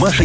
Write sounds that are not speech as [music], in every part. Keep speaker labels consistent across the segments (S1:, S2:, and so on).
S1: Маша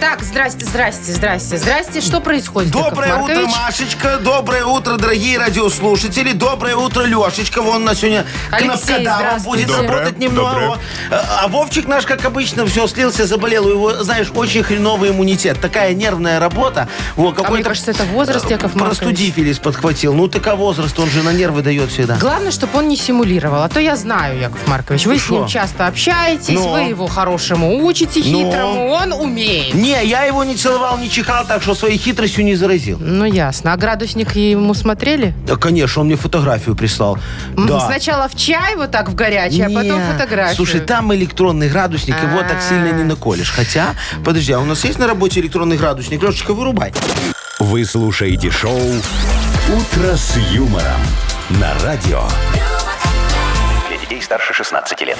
S2: Так, здрасте, здрасте, здрасте, здрасте. Что происходит, Яков
S3: Доброе утро,
S2: Маркович?
S3: Машечка. Доброе утро, дорогие радиослушатели. Доброе утро, Лешечка. Вон на сегодня
S2: Алексей,
S3: кнопкодавом будет
S2: здравствуйте.
S3: работать
S4: Доброе,
S3: немного.
S4: доброе.
S3: А а Вовчик наш, как обычно, все слился, заболел. У его, знаешь, очень хреновый иммунитет. Такая нервная работа. Во, какой-то
S2: А
S3: э,
S2: мне кажется, это возраст, Яков Маркович.
S3: Простудифилис подхватил. Ну, так а возраст, он же на нервы дает всегда.
S2: Главное, чтобы он не симулировал, а то я знаю, Яков Маркович, вы с
S3: Ну Что?
S2: ним часто общаетесь,
S3: Ну?
S2: вы его хорошему учите,
S3: Ну?
S2: хитрому, он умеет.
S3: Не, я его не целовал, не чихал, так что своей хитростью не заразил.
S2: Ну, ясно. А градусник ему смотрели?
S3: Да, конечно, он мне фотографию прислал.
S2: М,
S3: Да.
S2: Сначала в чай вот так в горячий, а потом
S3: Не.
S2: фотографию.
S3: Слушай, там электронный градусник, его так сильно не наколешь. Хотя, подожди, а у нас есть на работе электронный градусник? Лешечка, вырубай.
S1: Вы слушаете шоу «Утро с юмором» на радио. Для детей старше 16 лет.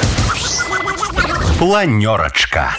S1: Планерочка.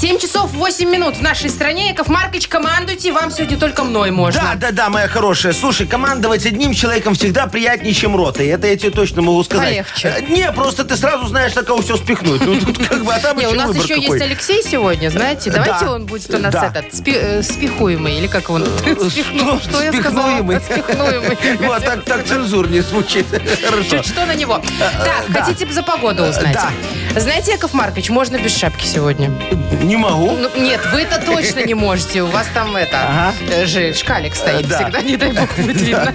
S2: 7 часов 8 минут в нашей стране. Яков Маркович, командуйте, вам сегодня только мной можно.
S3: Да, да, да, моя хорошая. Слушай, командовать одним человеком всегда приятнее, чем ротой. Это я тебе точно могу сказать.
S2: Полегче.
S3: Э, Не, просто ты сразу знаешь, на кого все спихнуть. Ну, тут как бы, а там
S2: Не, у
S3: еще
S2: нас
S3: выбор
S2: еще
S3: какой.
S2: есть Алексей сегодня, знаете, давайте
S3: Да.
S2: он будет у нас
S3: Да. Э,
S2: этот, спи- э, спихуемый, или как он? [laughs] Спихну- Что я сказала?
S3: Спихнуемый.
S2: Спихнуемый.
S3: [laughs] Вот Ну, а так, так цензур не звучит. Хорошо. Э,
S2: Чуть что на него. Так,
S3: да.
S2: хотите за погоду узнать?
S3: да.
S2: Знаете, Яков Маркович, можно без шапки сегодня.
S3: Не могу.
S2: Ну, нет, вы-то точно не можете. У вас там это
S3: Ага.
S2: э, же шкалик стоит
S3: Э, да.
S2: всегда, не дай бог
S3: [laughs]
S2: будет видно.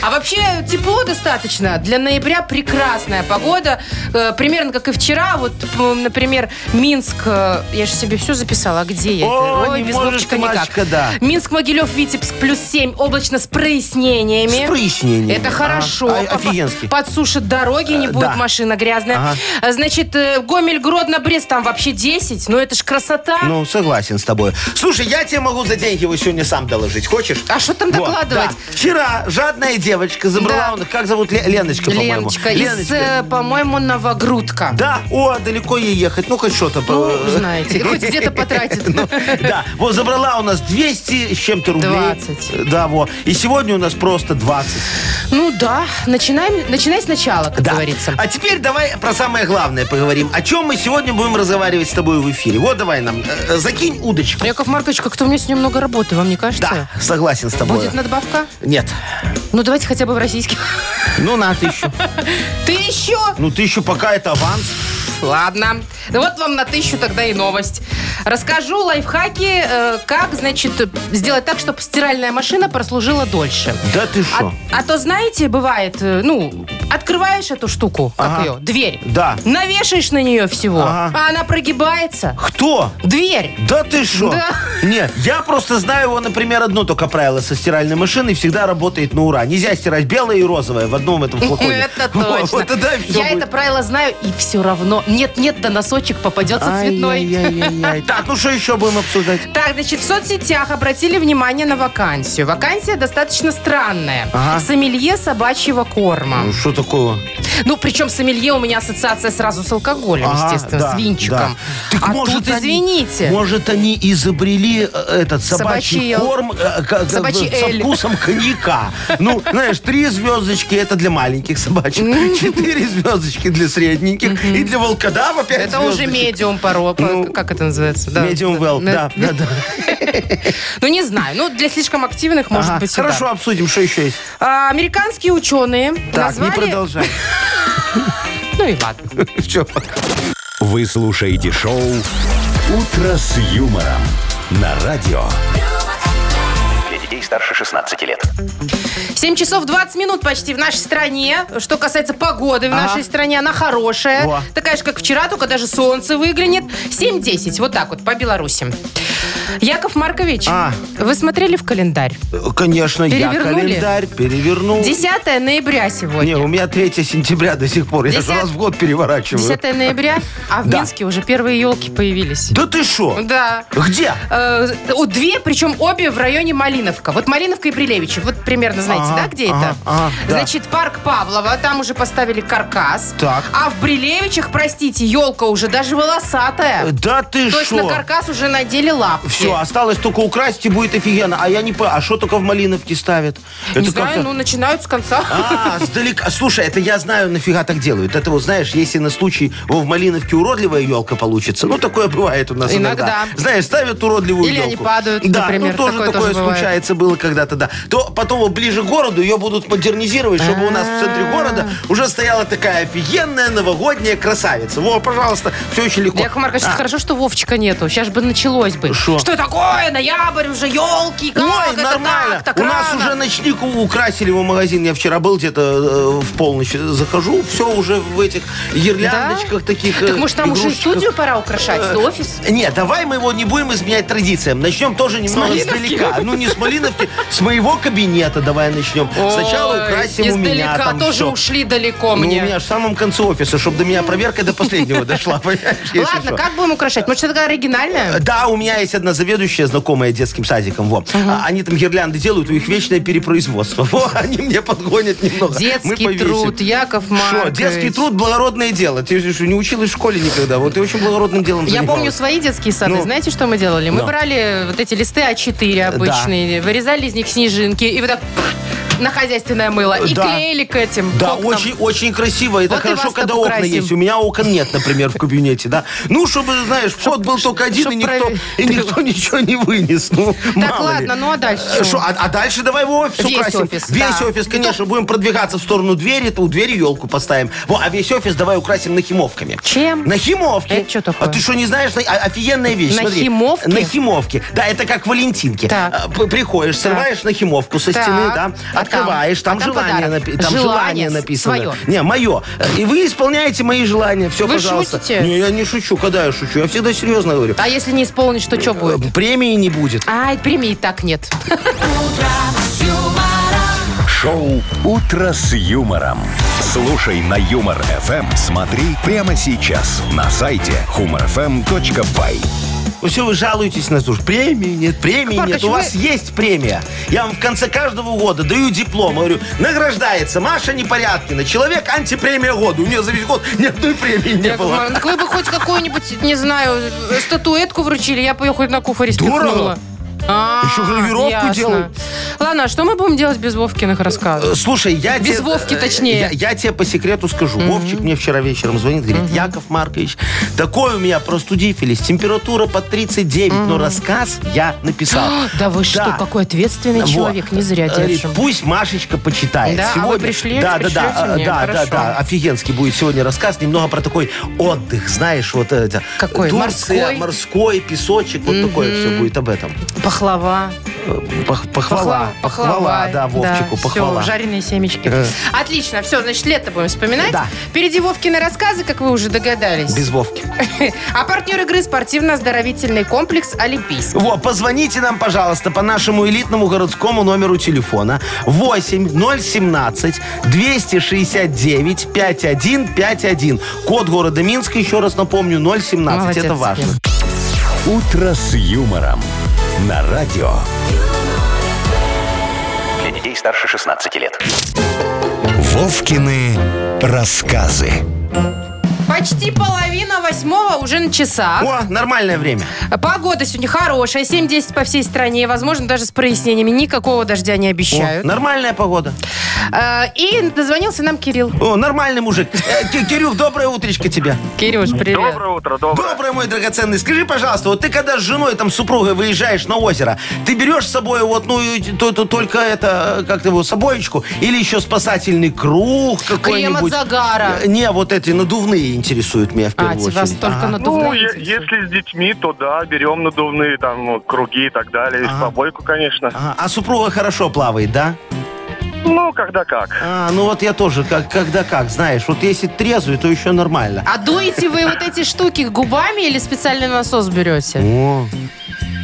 S2: А вообще тепло достаточно. Для ноября прекрасная погода. Э, Примерно как и вчера. Вот, м, например, Минск. э, Я же себе все записала. А где я?
S3: О,
S2: это?
S3: не
S2: без
S3: можешь
S2: Вовчика
S3: ты, Машечка, да.
S2: Минск, Могилев, Витебск плюс 7. Облачно с прояснениями.
S3: С прояснениями.
S2: Это
S3: Ага.
S2: хорошо.
S3: А,
S2: По-
S3: офигенски.
S2: Подсушат дороги, не
S3: Э,
S2: будет
S3: да.
S2: машина грязная.
S3: Ага.
S2: А, Значит, э, Гомель, Гродно, Брест, там вообще 10. Ну, это ж красота.
S3: Ну, согласен с тобой. Слушай, я тебе могу за деньги его сегодня сам доложить. Хочешь?
S2: А что там
S3: Вот,
S2: докладывать?
S3: да. Вчера жадная девочка забрала
S2: Да.
S3: у нас, как зовут, Ле- Леночка, по-моему.
S2: Леночка, из, э, по-моему, Новогрудка.
S3: Да, о, далеко ей ехать. Ну, хоть что-то.
S2: Ну,
S3: по- Ну,
S2: знаете, хоть где-то
S3: [laughs]
S2: потратит.
S3: Да, вот забрала у нас 200 с чем-то рублей.
S2: 20.
S3: Да, вот. И сегодня у нас просто 20.
S2: Ну да, начинаем, начинай сначала, как
S3: Да.
S2: говорится.
S3: А теперь давай про самое главное поговорим. О чем мы сегодня будем разговаривать с тобой в эфире? Вот давай нам, э, э, закинь удочку.
S2: Яков Маркович, как-то у меня сегодня много работы, вам не
S3: Да,
S2: кажется?
S3: согласен с тобой.
S2: Будет надбавка?
S3: Нет.
S2: Ну давайте хотя бы в российских. [laughs]
S3: Ну, на тысячу.
S2: Ты еще?
S3: Ну, тысячу пока это аванс.
S2: Ладно. Да вот вам на тысячу тогда и новость. Расскажу лайфхаки, э, как, значит, сделать так, чтобы стиральная машина прослужила дольше.
S3: Да ты
S2: А,
S3: что?
S2: а то, знаете, бывает, э, ну, открываешь эту штуку, как
S3: Ага.
S2: ее, дверь.
S3: Да.
S2: Навешаешь на нее всего,
S3: Ага.
S2: а она прогибается.
S3: Кто?
S2: Дверь.
S3: Да ты что?
S2: Да.
S3: Нет, я просто знаю его, например, одно только правило со стиральной машиной всегда работает на ура. Нельзя стирать белое и розовое в одном этом флаконе.
S2: [laughs] Это
S3: Во,
S2: точно.
S3: [laughs] Вот тогда все
S2: Я это правило знаю, и все равно. Нет-нет, да носочек попадется цветной.
S3: Так, ну что еще будем обсуждать?
S2: Так, значит, в соцсетях обратили внимание на вакансию. Вакансия достаточно странная.
S3: Ага.
S2: Сомелье собачьего корма.
S3: Ну, что такого?
S2: Ну, причем сомелье у меня ассоциация сразу с алкоголем,
S3: Ага,
S2: естественно,
S3: да,
S2: с винчиком.
S3: да. Так
S2: а
S3: может,
S2: тут,
S3: они-
S2: извините.
S3: Может, они изобрели э, этот
S2: Собачий,
S3: собачий
S2: э,
S3: корм э, к- к-
S2: собачий
S3: со
S2: эль.
S3: вкусом коньяка. Ну, знаешь, три звездочки это для маленьких собачек, четыре звездочки для средненьких и для волкодава пять
S2: Это уже
S3: звездочек.
S2: медиум паро,
S3: Ну,
S2: как это называется? Да.
S3: Medium well,
S2: М-
S3: да, да, да.
S2: [laughs] Ну, не знаю. Ну, для слишком активных, может
S3: Ага,
S2: быть, и да.
S3: Хорошо, обсудим, что еще есть.
S2: А, американские ученые назвали...
S3: не [laughs] продолжай.
S2: Ну и ладно.
S3: Все, пока.
S1: Вы слушаете шоу «Утро с юмором» на радио. Для детей старше 16 лет.
S2: 7 часов 20 минут почти в нашей стране. Что касается погоды в
S3: Ага.
S2: нашей стране, она хорошая.
S3: Во.
S2: Такая же, как вчера, только даже солнце выглянет. 7-10, вот так вот, по Беларуси. Яков Маркович,
S3: А.
S2: вы смотрели в календарь?
S3: Э, Конечно, я
S2: Перевернули?
S3: календарь перевернул.
S2: 10 ноября сегодня.
S3: Не, у меня 3 сентября до сих пор. Я же
S2: Десят-
S3: раз в год переворачиваю.
S2: 10 ноября, а в
S3: Да.
S2: Минске уже первые елки появились.
S3: Да ты шо?
S2: Да.
S3: Где?
S2: Э, о, две, причем обе в районе Малиновка. Вот Малиновка и Прилевичи. Вот примерно знаете,
S3: Ага,
S2: да, где
S3: ага,
S2: это?
S3: ага, да.
S2: Значит, парк Павлова, там уже поставили каркас.
S3: Так.
S2: А в Брилевичах, простите, елка уже даже волосатая.
S3: Э, Да ты
S2: То есть на
S3: шо? а
S2: каркас уже надели лапки.
S3: Все, осталось только украсть и будет офигенно. А я не по... А что только в Малиновке ставят?
S2: Не
S3: Это
S2: знаю,
S3: как-то-
S2: ну начинают с конца.
S3: А, сдалека. Слушай, это я знаю, нафига так делают. Это вот, знаешь, если на случай во, в Малиновке уродливая елка получится. Ну, такое бывает у нас
S2: Иногда.
S3: иногда. Знаешь, ставят уродливую
S2: Или
S3: елку.
S2: они падают,
S3: да,
S2: например,
S3: ну, тоже
S2: такое
S3: такое,
S2: тоже бывает.
S3: случается было когда-то, да. То потом вот ближе к городу ее будут модернизировать, чтобы у нас в центре города уже стояла такая офигенная новогодняя красавица. Во, пожалуйста, все очень легко.
S2: [laughs] Яков Маркович,
S3: А,
S2: это хорошо, что Вовчика нету. Сейчас бы началось бы.
S3: Шо?
S2: Что такое? Ноябрь уже, елки, как
S3: Ой,
S2: это
S3: нормально.
S2: так, так
S3: У нас
S2: рано?
S3: уже ночник у- украсили в магазин. Я вчера был где-то э, в полночь. Захожу, все уже в этих гирляндочках таких. э,
S2: Так может, нам уже и
S3: игрушечках.
S2: студию пора украшать,
S3: Э,
S2: офис?
S3: Не, давай мы его не будем изменять традициям. Начнем тоже немного
S2: Малиновки?
S3: издалека. Ну, не с Малиновки, с моего кабинета давай начнем. Сначала
S2: Ой,
S3: украсим у меня
S2: издалека
S3: там
S2: тоже
S3: всё.
S2: ушли далеко
S3: Ну, у
S2: мне.
S3: меня же в самом конце офиса, чтобы до меня проверка до последнего дошла. [laughs] понимаешь, если
S2: Ладно,
S3: что.
S2: как будем украшать? Может, что-то такое оригинальное?
S3: Э, Да, у меня есть одна заведующая, знакомая детским садиком. Во. А, Они там гирлянды делают, у них вечное перепроизводство. [laughs] Во, они мне подгонят немного. Мы
S2: Детский
S3: повесим.
S2: труд, Яков
S3: Шо,
S2: Маркович.
S3: детский труд – благородное дело. Ты же что, не училась в школе никогда. Вот ты очень благородным делом
S2: Я помню
S3: занималась.
S2: свои детские сады.
S3: Ну.
S2: Знаете, что мы делали? Мы
S3: Ну. Э,
S2: брали вот эти листы А4 обычные, вырезали из них снежинки и вот так на хозяйственное мыло. И
S3: Э, Да.
S2: клеили к этим. к
S3: Да,
S2: окнам.
S3: очень, очень красиво. Это
S2: Вот и
S3: хорошо,
S2: вас-то
S3: когда окна
S2: покрасим.
S3: есть. У меня окон нет, например, в кабинете, да. Ну, чтобы, знаешь, вход был только один,
S2: чтоб
S3: и никто,
S2: проверить. [laughs]
S3: и никто ничего не вынес. Ну,
S2: Так,
S3: мало ли.
S2: ладно, ну а дальше?
S3: Э, шо, а, а дальше давай его офис
S2: Весь
S3: украсим.
S2: офис,
S3: весь
S2: да. Ну,
S3: офис, конечно, будем продвигаться в сторону двери, то у двери елку поставим. Во, а весь офис давай украсим нахимовками.
S2: Чем?
S3: Нахимовки.
S2: Это чё такое?
S3: А ты что, не знаешь? На- а- Офигенная вещь. смотри.
S2: Нахимовки?
S3: Нахимовки. Да, это как валентинки.
S2: Так.
S3: А, п- Приходишь, срываешь нахимовку со
S2: Так.
S3: стены, да,
S2: А там?
S3: открываешь, там,
S2: А там
S3: желание,
S2: подарок.
S3: напи- там
S2: Желание
S3: желание написано.
S2: своё.
S3: Не, мое. И вы исполняете мои желания. Все,
S2: Вы
S3: пожалуйста.
S2: шутите?
S3: Не, я не шучу. Когда я шучу? Я всегда серьезно говорю.
S2: А если не исполнить, то что будет?
S3: Э, Премии не будет.
S2: А, премии и так
S3: [laughs]
S2: нет.
S1: Шоу «Утро с юмором». Слушай на Юмор ФМ. Смотри прямо сейчас на сайте humorfm.by.
S3: Все, Ну, вы жалуетесь на то, что премии нет, премии
S2: Маркович,
S3: нет. У
S2: вы-
S3: вас есть премия. Я вам в конце каждого года даю диплом. Говорю, награждается Маша Непорядкина. Человек антипремия года. У нее за весь год ни одной премии не
S2: Яков
S3: было.
S2: Маркович, Так вы бы хоть какую-нибудь, не знаю, статуэтку вручили, я бы ее хоть на кухаре
S3: Дурова?
S2: спихнула. А,
S3: Еще гравировку
S2: ясно.
S3: делают.
S2: Ладно, а что мы будем делать без Вовкиных рассказов?
S3: Э, Слушай, я
S2: Без
S3: те-
S2: Вовки,
S3: э,
S2: точнее.
S3: Я, я тебе по секрету скажу. Вовчик мне вчера вечером звонит, говорит, Яков Маркович, такой у меня простудифилис, температура под 39, но рассказ я написал.
S2: [gasps] Да вы что, какой ответственный
S3: Вот. Э,
S2: человек, не зря
S3: Говорит,
S2: держим.
S3: Пусть Машечка почитает.
S2: Да, а вы
S3: сегодня...
S2: пришли,
S3: да, да,
S2: пришлете
S3: да,
S2: мне?
S3: да, да,
S2: Хорошо.
S3: да, офигенский будет сегодня рассказ, немного про такой отдых, знаешь, вот это.
S2: Какой?
S3: Турция,
S2: Морской?
S3: морской, песочек, вот такое все будет об этом.
S2: Пахлава.
S3: Э, пох- Похвала,
S2: Пахла-
S3: похвала, да, Вовчику,
S2: всё,
S3: похвала.
S2: жареные семечки.
S3: Э.
S2: Отлично, все, значит, лето будем вспоминать.
S3: Да.
S2: Впереди Вовкины рассказы, как вы уже догадались.
S3: Без Вовки.
S2: [laughs] А партнер игры спортивно-оздоровительный комплекс «Олимпийский».
S3: Во, позвоните нам, пожалуйста, по нашему элитному городскому номеру телефона 8017 269 5151. Код города Минска, еще раз напомню, 017.
S2: Молодец.
S3: Это важно.
S1: «Утро с юмором» на радио.
S4: Для детей старше 16 лет.
S1: Вовкины рассказы.
S2: Почти половина восьмого уже на часах.
S3: О, нормальное время.
S2: Погода сегодня хорошая, 7-10 по всей стране. Возможно, даже с прояснениями. Никакого дождя не
S3: О,
S2: обещают.
S3: нормальная погода.
S2: А, И дозвонился нам Кирилл.
S3: О, нормальный мужик. Э, Ки- Кирюх, доброе утречко тебе.
S2: Кирюш, привет.
S5: Доброе утро, доброе.
S3: Доброе, мой драгоценный. Скажи, пожалуйста, вот ты когда с женой, там, с супругой выезжаешь на озеро, ты берешь с собой вот, ну, и то, то- только это, э, как ты его, собоечку или еще спасательный круг
S2: Крем от
S3: какой-нибудь?
S2: загара.
S3: Э, Не, вот эти надувные интересуют меня в
S2: А,
S3: первую очередь.
S2: тебя столько
S3: Ага.
S5: Ну,
S2: надувная
S5: е-
S2: интересует.
S5: если с детьми, то да, берем надувные там ну, круги и так
S2: А.
S5: далее,
S3: Ага.
S5: и побойку, конечно.
S3: Ага. А супруга хорошо плавает, да?
S5: Ну, когда как.
S3: А, ну вот я тоже, как, когда как, знаешь, вот если трезвый, то еще нормально.
S2: А дуете вы вот эти штуки губами или специальный насос берете?
S3: О,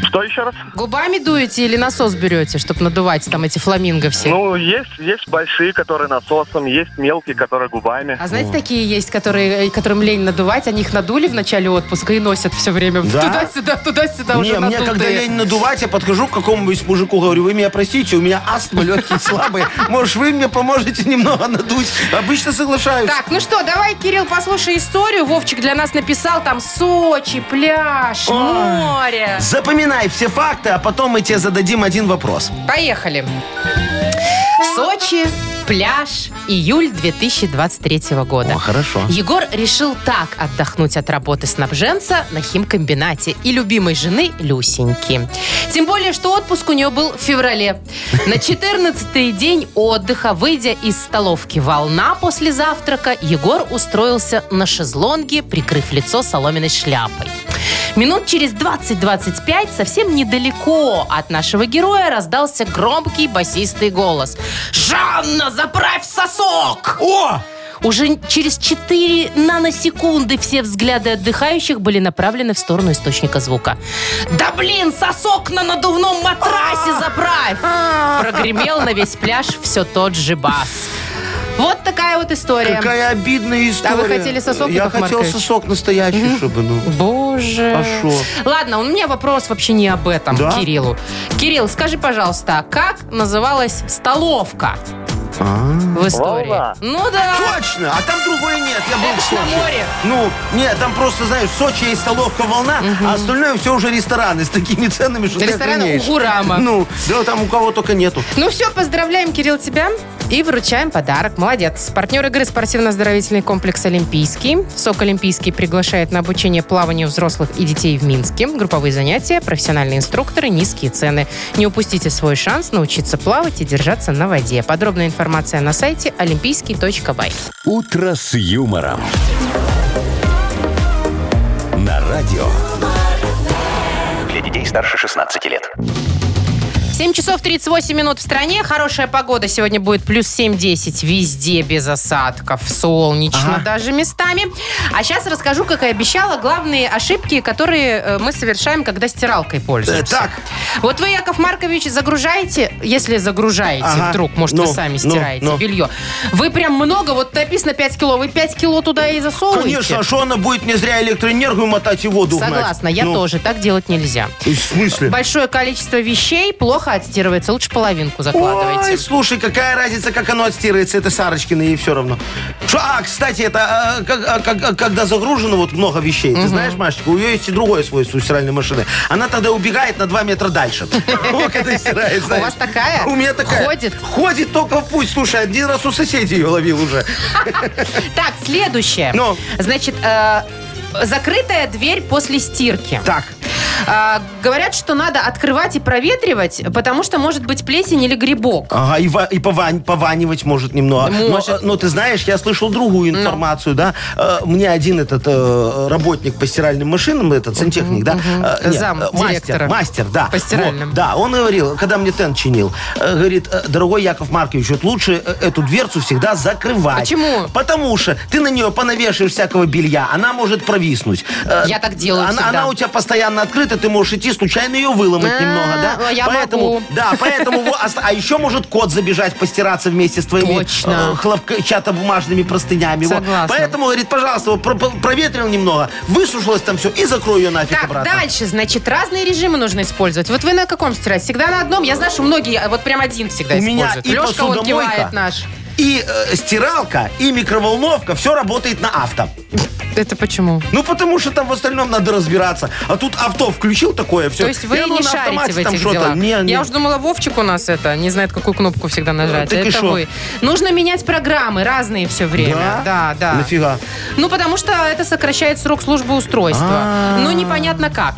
S5: Что еще раз?
S2: Губами дуете или насос берете, чтобы надувать там эти фламинго все?
S5: Ну, есть, есть большие, которые насосом, есть мелкие, которые губами.
S2: а знаете, такие есть, которые, э, которым лень надувать, они их надули в начале отпуска и носят все время
S3: Да?
S2: туда-сюда, туда-сюда
S3: Не,
S2: уже
S3: мне
S2: надутые.
S3: когда лень надувать, я подхожу к какому-нибудь мужику, говорю, вы меня простите, у меня астма, легкие слабые. Может, вы мне поможете немного надуть? Обычно соглашаются.
S2: Так, ну что, давай, Кирилл, послушай историю. Вовчик для нас написал там Сочи, пляж, море.
S3: Запоминай все факты, а потом мы тебе зададим один вопрос.
S2: Поехали. Сочи, пляж, июль 2023 года.
S3: О, хорошо.
S2: Егор решил так отдохнуть от работы снабженца на химкомбинате и любимой жены Люсеньки. Тем более, что отпуск у нее был в феврале. На 14-й день отдыха, выйдя из столовки «Волна» после завтрака, Егор устроился на шезлонге, прикрыв лицо соломенной шляпой. Минут через 20-25 совсем недалеко от нашего героя раздался громкий басистый голос. «Жанна, заправь сосок!»
S3: О!
S2: Уже через 4 наносекунды все взгляды отдыхающих были направлены в сторону источника звука. «Да блин, сосок на надувном матрасе
S3: А!
S2: заправь!» Прогремел на весь пляж все тот же бас. Вот такая вот история.
S3: Какая обидная история.
S2: А вы хотели сосок,
S3: Я
S2: Яков
S3: хотел
S2: Маркович?
S3: сосок настоящий, чтобы, ну...
S2: Боже.
S3: А шо?
S2: Ладно, у меня вопрос вообще не об этом,
S3: Да?
S2: Кириллу. Кирилл, скажи, пожалуйста, как называлась столовка
S3: А.
S2: в истории?
S5: Вова.
S2: Ну да.
S3: Точно! А там другой нет, я был
S2: Это
S3: в
S2: ж
S3: Сочи.
S2: на море.
S3: Ну, нет, там просто, знаешь, в Сочи есть столовка «Волна», а остальное все уже рестораны с такими ценами, что
S2: Рестораны
S3: ты охренеешь.
S2: Угурама.
S3: Ну, да там у кого только нету.
S2: Ну все, поздравляем, Кирилл, тебя и вручаем подарок. Молодец. Партнер игры спортивно-оздоровительный комплекс «Олимпийский». СОК «Олимпийский» приглашает на обучение плаванию взрослых и детей в Минске. Групповые занятия, профессиональные инструкторы, низкие цены. Не упустите свой шанс научиться плавать и держаться на воде. Подробная информация на сайте олимпийский.бай.
S1: «Утро с юмором». На радио.
S4: Для детей старше 16 лет.
S2: 7 часов 38 минут в стране. Хорошая погода. Сегодня будет плюс 7-10. Везде без осадков. Солнечно
S3: Ага.
S2: даже местами. А сейчас расскажу, как и обещала, главные ошибки, которые э, мы совершаем, когда стиралкой пользуемся.
S3: Э, так.
S2: Вот вы, Яков Маркович, загружаете, если загружаете
S3: Ага.
S2: вдруг, может, вы
S3: Ну,
S2: сами
S3: ну,
S2: стираете
S3: ну.
S2: белье. Вы прям много, вот написано 5 кило, вы 5 кило туда и засовываете.
S3: Конечно, а что она будет мне зря электроэнергию мотать и воду гнать?
S2: Согласна, я
S3: Ну,
S2: тоже. Так делать нельзя.
S3: В смысле?
S2: Большое количество вещей плохо отстирывается. Лучше половинку закладывайте.
S3: Ой, слушай, какая разница, как оно отстирается, это Сарочкина, ей все равно. Шо, а, кстати, это а, как- а, как- а, когда загружено вот много вещей, ты знаешь, Машечка, у нее есть и другое свойство у стиральной машины. Она тогда убегает на 2 метра дальше. [laughs] О, когда стирает, знаешь.
S2: вас такая?
S3: У меня такая.
S2: Ходит?
S3: Ходит только в путь. Слушай, один раз у соседей ее ловил уже.
S2: Так, следующее.
S3: Ну?
S2: Значит, э, закрытая дверь после стирки.
S3: Так,
S2: Э, говорят, что надо открывать и проветривать, потому что может быть плесень или грибок.
S3: ага, и, ва- и повань- пованивать может немного. Но,
S2: Может. Ну.
S3: э, Но, ты знаешь, я слышал другую информацию, да. Э, Мне один этот э, работник по стиральным машинам, этот сантехник, да. э, нет,
S2: Зам
S3: э, мастер,
S2: директора.
S3: мастер, да.
S2: По стиральным.
S3: Вот, да, он говорил, когда мне тент чинил, э, говорит, э, дорогой Яков Маркович, вот лучше э, эту дверцу всегда закрывать.
S2: Почему?
S3: Потому что ты на нее понавешиваешь всякого белья, она может провиснуть. Э,
S2: Я так делаю
S3: она,
S2: всегда.
S3: она у тебя постоянно открыта, ты можешь идти случайно ее выломать
S2: А,
S3: немного, да?
S2: а я
S3: поэтому,
S2: могу.
S3: Да, поэтому, во- ост- а еще может кот забежать постираться вместе с твоими
S2: Точно.
S3: э, хлопчатобумажными простынями. Во.
S2: Согласна.
S3: Поэтому, говорит, пожалуйста, вот про- про- проветрил немного, высушилось там все и закрой ее нафиг
S2: Так,
S3: обратно.
S2: дальше, значит, разные режимы нужно использовать. Вот вы на каком стираете? Всегда на одном? Я знаю, что многие, а вот прям один всегда
S3: У меня
S2: используют.
S3: и
S2: Лешка, он
S3: посудомойка.
S2: кивает наш.
S3: И э, стиралка, и микроволновка, все работает на авто.
S2: Это почему?
S3: Ну, потому что там в остальном надо разбираться. А тут авто включил такое, все.
S2: То есть вы
S3: и оно
S2: не
S3: на
S2: шарите
S3: автомате
S2: в
S3: там
S2: этих
S3: что-то.
S2: делах?
S3: Не, не.
S2: Я уже думала, Вовчик у нас это, не знает, какую кнопку всегда нажать.
S3: Так и
S2: это
S3: шо?
S2: вы. Нужно менять программы разные все время. Да,
S3: Да?
S2: да.
S3: Нафига?
S2: Ну, потому что это сокращает срок службы устройства.
S3: А.
S2: Ну, непонятно как.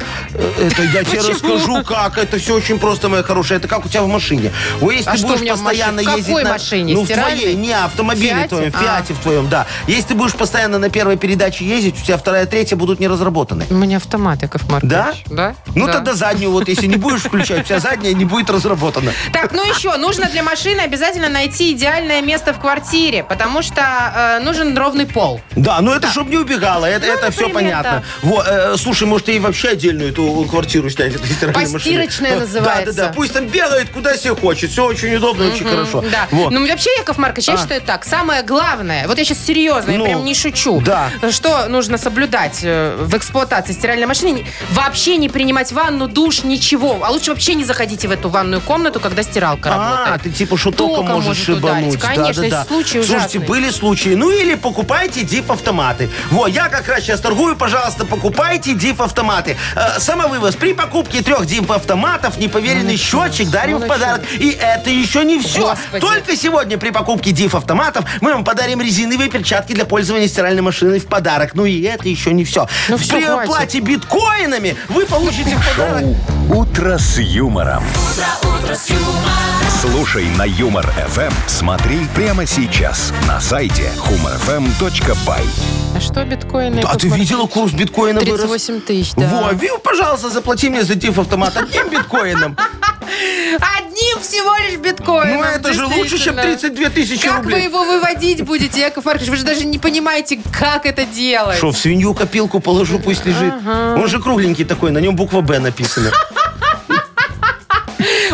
S3: Это я тебе
S2: Почему?
S3: расскажу, как. Это все очень просто, моя хорошая. Это как у тебя в машине. Вот если
S2: А
S3: ты
S2: что
S3: будешь
S2: у меня в
S3: постоянно
S2: машине? В
S3: ездить
S2: какой
S3: на-
S2: машине?
S3: Ну, в
S2: Стиральной?
S3: твоей. Не, не автомобиле
S2: Фиате?
S3: твоем,
S2: А.
S3: Фиате в твоем, да. Если ты будешь постоянно на первой передаче ездить, у тебя вторая, третья будут не разработаны.
S2: У меня автомат, Яков Маркович. Да?
S3: Ну
S2: Да.
S3: тогда заднюю вот, если не будешь включать, у тебя задняя не будет разработана.
S2: Так, ну еще, нужно для машины обязательно найти идеальное место в квартире, потому что э, нужен ровный пол.
S3: Да, ну это чтобы не убегала, это,
S2: Ну,
S3: это все
S2: например,
S3: понятно. Во, э, слушай, может, ей вообще отдельную эту квартиру снять этой стиральной машине.
S2: Постирочная
S3: [laughs] Да,
S2: называется.
S3: Да, да, пусть там бегает куда себе хочет, все очень удобно, очень хорошо.
S2: Да.
S3: Вот.
S2: Ну, вообще, Яков Маркович, я
S3: А.
S2: считаю так. Самое главное, вот я сейчас серьезно, я
S3: Ну,
S2: прям не шучу.
S3: да.
S2: Что нужно соблюдать э, в эксплуатации стиральной машины? Не- Вообще не принимать ванну, душ, ничего. А лучше вообще не заходите в эту ванную комнату, когда стиралка
S3: А,
S2: работает.
S3: ты типа что током
S2: Током
S3: можешь
S2: может ударить.
S3: шибануть. Да,
S2: Конечно,
S3: да, да.
S2: случаи
S3: Слушайте,
S2: ужасные.
S3: были случаи. Ну или покупайте дип-автоматы. Во, я как раз сейчас торгую, пожалуйста, покупайте дип-автоматы. Э, самовывоз. При покупке трех дип-автоматов неповеренный счетчик дарим
S2: ну
S3: в
S2: началось.
S3: подарок. И это еще не все.
S2: Господи.
S3: Только сегодня при покупке дип-автоматов мы вам подарим резиновые перчатки для пользования стиральной машиной в подарок. Ну и это еще не все.
S2: Ну всё,
S3: при
S2: хватит.
S3: оплате биткоинами вы получите в подарок
S1: Утро с юмором. Слушай на Юмор ФМ. Смотри прямо сейчас на сайте humorfm.by.
S2: А что биткоины?
S3: А
S2: Яков [laughs]
S3: ты
S2: Маркович?
S3: видела курс биткоина вырос?
S2: 38 тысяч, да.
S3: Во, Вил, пожалуйста, заплати мне за тиф автомат одним
S2: [laughs]
S3: биткоином.
S2: Одним всего лишь биткоином.
S3: Ну это же лучше, чем
S2: действительно.
S3: 32 тысячи
S2: Как вы
S3: рублей.
S2: его выводить будете, Яков Маркович? Вы же даже не понимаете, как это делать.
S3: Что, в свинью копилку положу, пусть лежит. Он же кругленький такой, на нем буква Б написана.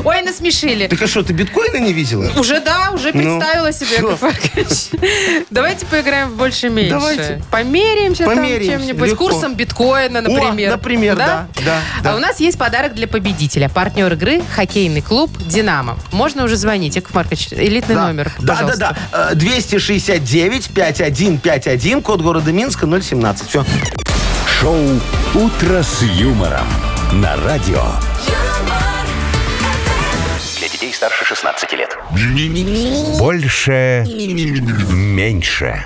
S2: Ой, насмешили.
S3: Так а что, ты биткоина не видела?
S2: Уже да, уже
S3: Ну.
S2: представила себе,
S3: всё.
S2: Яков Маркович. [laughs] Давайте поиграем в больше-меньше.
S3: Давайте.
S2: Померяемся,
S3: Померяемся,
S2: там чем-нибудь.
S3: легко.
S2: Курсом биткоина, например.
S3: О, например, да, да, да.
S2: А у нас есть подарок для победителя. Партнер игры – хоккейный клуб «Динамо». Можно уже звонить, Яков Маркович. Элитный
S3: Да.
S2: номер,
S3: Да, да,
S2: пожалуйста.
S3: да. Э, 269-5151, код города Минска, 017. Все.
S1: Шоу Утро с юмором на радио.
S6: юмор,
S4: Для детей старше 16 лет.
S1: Больше. Меньше.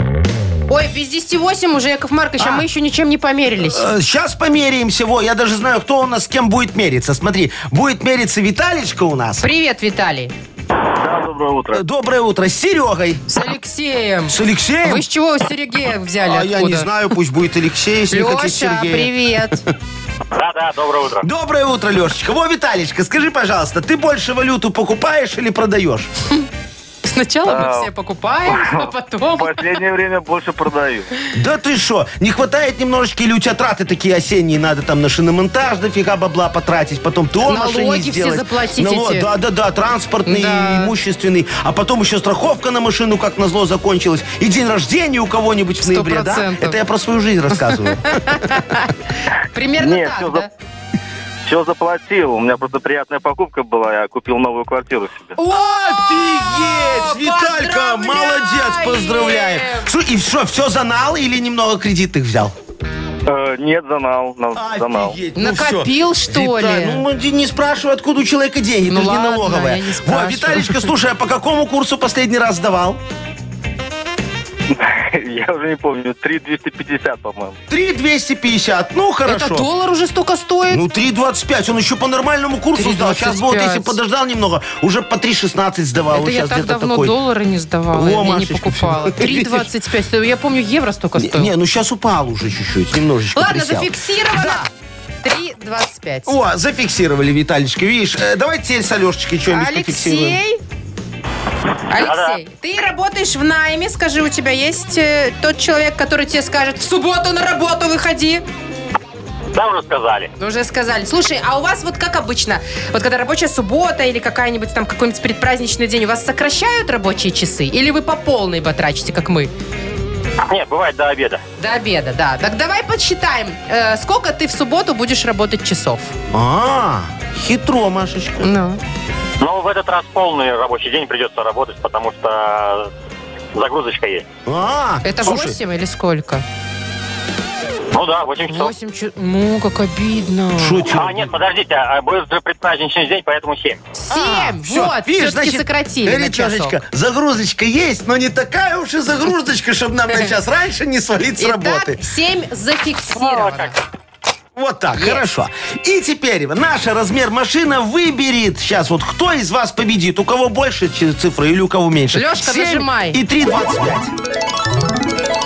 S2: Ой, без 10 восемь уже, Яков Маркович, а, мы еще ничем не померились.
S3: Сейчас померяемся, Э, во, я даже знаю, кто у нас с кем будет мериться. Смотри, будет мериться Виталичка у нас.
S2: Привет, Виталий.
S5: Да, доброе утро.
S3: Э, Доброе утро, с Серегой.
S2: С Алексеем.
S3: С Алексеем?
S2: Вы с чего Сергея взяли?
S3: А я не
S2: откуда?
S3: знаю, пусть будет Алексей, если не хотите
S2: Леша,
S3: Сергея.
S2: привет.
S5: Да, да, доброе утро.
S3: Доброе утро, Лешечка. Во, Виталичка, скажи, пожалуйста, ты больше валюту покупаешь или продаешь?
S2: Сначала мы
S5: А.
S2: все покупаем, а
S5: В
S2: потом...
S5: последнее время больше продаю.
S3: Да ты что, не хватает немножечко или у тебя траты такие осенние, надо там на шиномонтаж дофига бабла потратить, потом то
S2: Налоги
S3: машине
S2: все
S3: сделать. Ну
S2: заплатить эти.
S3: Да, да, да, транспортный,
S2: Да.
S3: имущественный, а потом еще страховка на машину, как назло, закончилась, и день рождения у кого-нибудь в
S2: Сто
S3: ноябре, да?
S2: процентов.
S3: Это я про свою жизнь рассказываю.
S2: [laughs] Примерно
S5: Нет,
S2: так,
S5: всё
S2: да?
S5: Все заплатил. У меня просто приятная покупка была. Я купил новую квартиру себе.
S3: Офигеть! Виталька,
S2: Поздравляем!
S3: молодец, поздравляем! Слушай, И что, все занал или немного кредитных взял?
S5: Э, нет, занал. на- Занал. [laughs]
S3: Офигеть, ну
S2: Накопил,
S3: всё.
S2: что
S3: Виталь,
S2: ли?
S3: ну мы не спрашивай, откуда у человека деньги,
S2: Ну
S3: ты же не
S2: ладно,
S3: налоговая.
S2: я не
S3: Во,
S2: спрашиваю.
S3: Виталичка, слушай, а по какому курсу последний раз сдавал?
S5: Я уже не помню. 3250, по-моему.
S3: 3,250, ну хорошо.
S2: Это доллар уже столько стоит?
S3: Ну, 3,25, он еще по нормальному курсу сдал. Сейчас бы вот,
S2: 3,25.
S3: если подождал немного, уже по 3,16 сдавал.
S2: Это
S3: Вот
S2: я
S3: сейчас
S2: так
S3: а где-то
S2: давно
S3: такой.
S2: доллары не сдавала,
S3: О,
S2: я не
S3: Машечка, [laughs]
S2: покупала.
S3: всё.
S2: 3,25 стоит. Я помню, евро столько
S3: Не, не,
S2: стоило.
S3: ну сейчас упал уже чуть-чуть, немножечко
S2: Ладно,
S3: присел.
S2: зафиксировано. 3,25.
S3: О, зафиксировали, Виталичка, видишь. Э, давайте теперь с Алешечкой что-нибудь пофиксируем.
S2: Алексей? Алексей, ты работаешь в найме, скажи, у тебя есть э, тот человек, который тебе скажет, в субботу на работу выходи?
S5: Да, уже сказали.
S2: Уже сказали. Слушай, а у вас вот как обычно, вот когда рабочая суббота или какая-нибудь там какой-нибудь предпраздничный день, у вас сокращают рабочие часы? Или вы по полной батрачите, как мы?
S5: Нет, бывает до обеда.
S2: До обеда, да. Так давай подсчитаем, э, сколько ты в субботу будешь работать часов.
S3: А, хитро, Машечка.
S2: Ну.
S5: Но в этот раз полный рабочий день придется работать, потому что загрузочка есть.
S3: А,
S2: Это
S3: слушай,
S2: 8 или сколько?
S5: Ну да, 8
S2: 8 часов. Ну, как обидно.
S3: шучу.
S2: А,
S5: подождите, а будет же предпраздничный день, поэтому 7.
S3: А,
S2: 7!
S3: всё,
S2: вот,
S3: видишь,
S2: все-таки
S3: значит,
S2: сократили на
S3: Говорит,
S2: часок.
S3: Лешечка, загрузочка есть, но не такая уж и загрузочка, чтобы нам на час раньше не свалить с
S2: Итак,
S3: работы.
S2: 7 зафиксировано.
S3: Вот так, хорошо. И теперь наша размер машина выберет сейчас вот кто из вас победит, у кого больше чи- цифры или у кого меньше.
S2: Лёшка,
S3: Семь
S2: нажимай.
S3: И 3,25.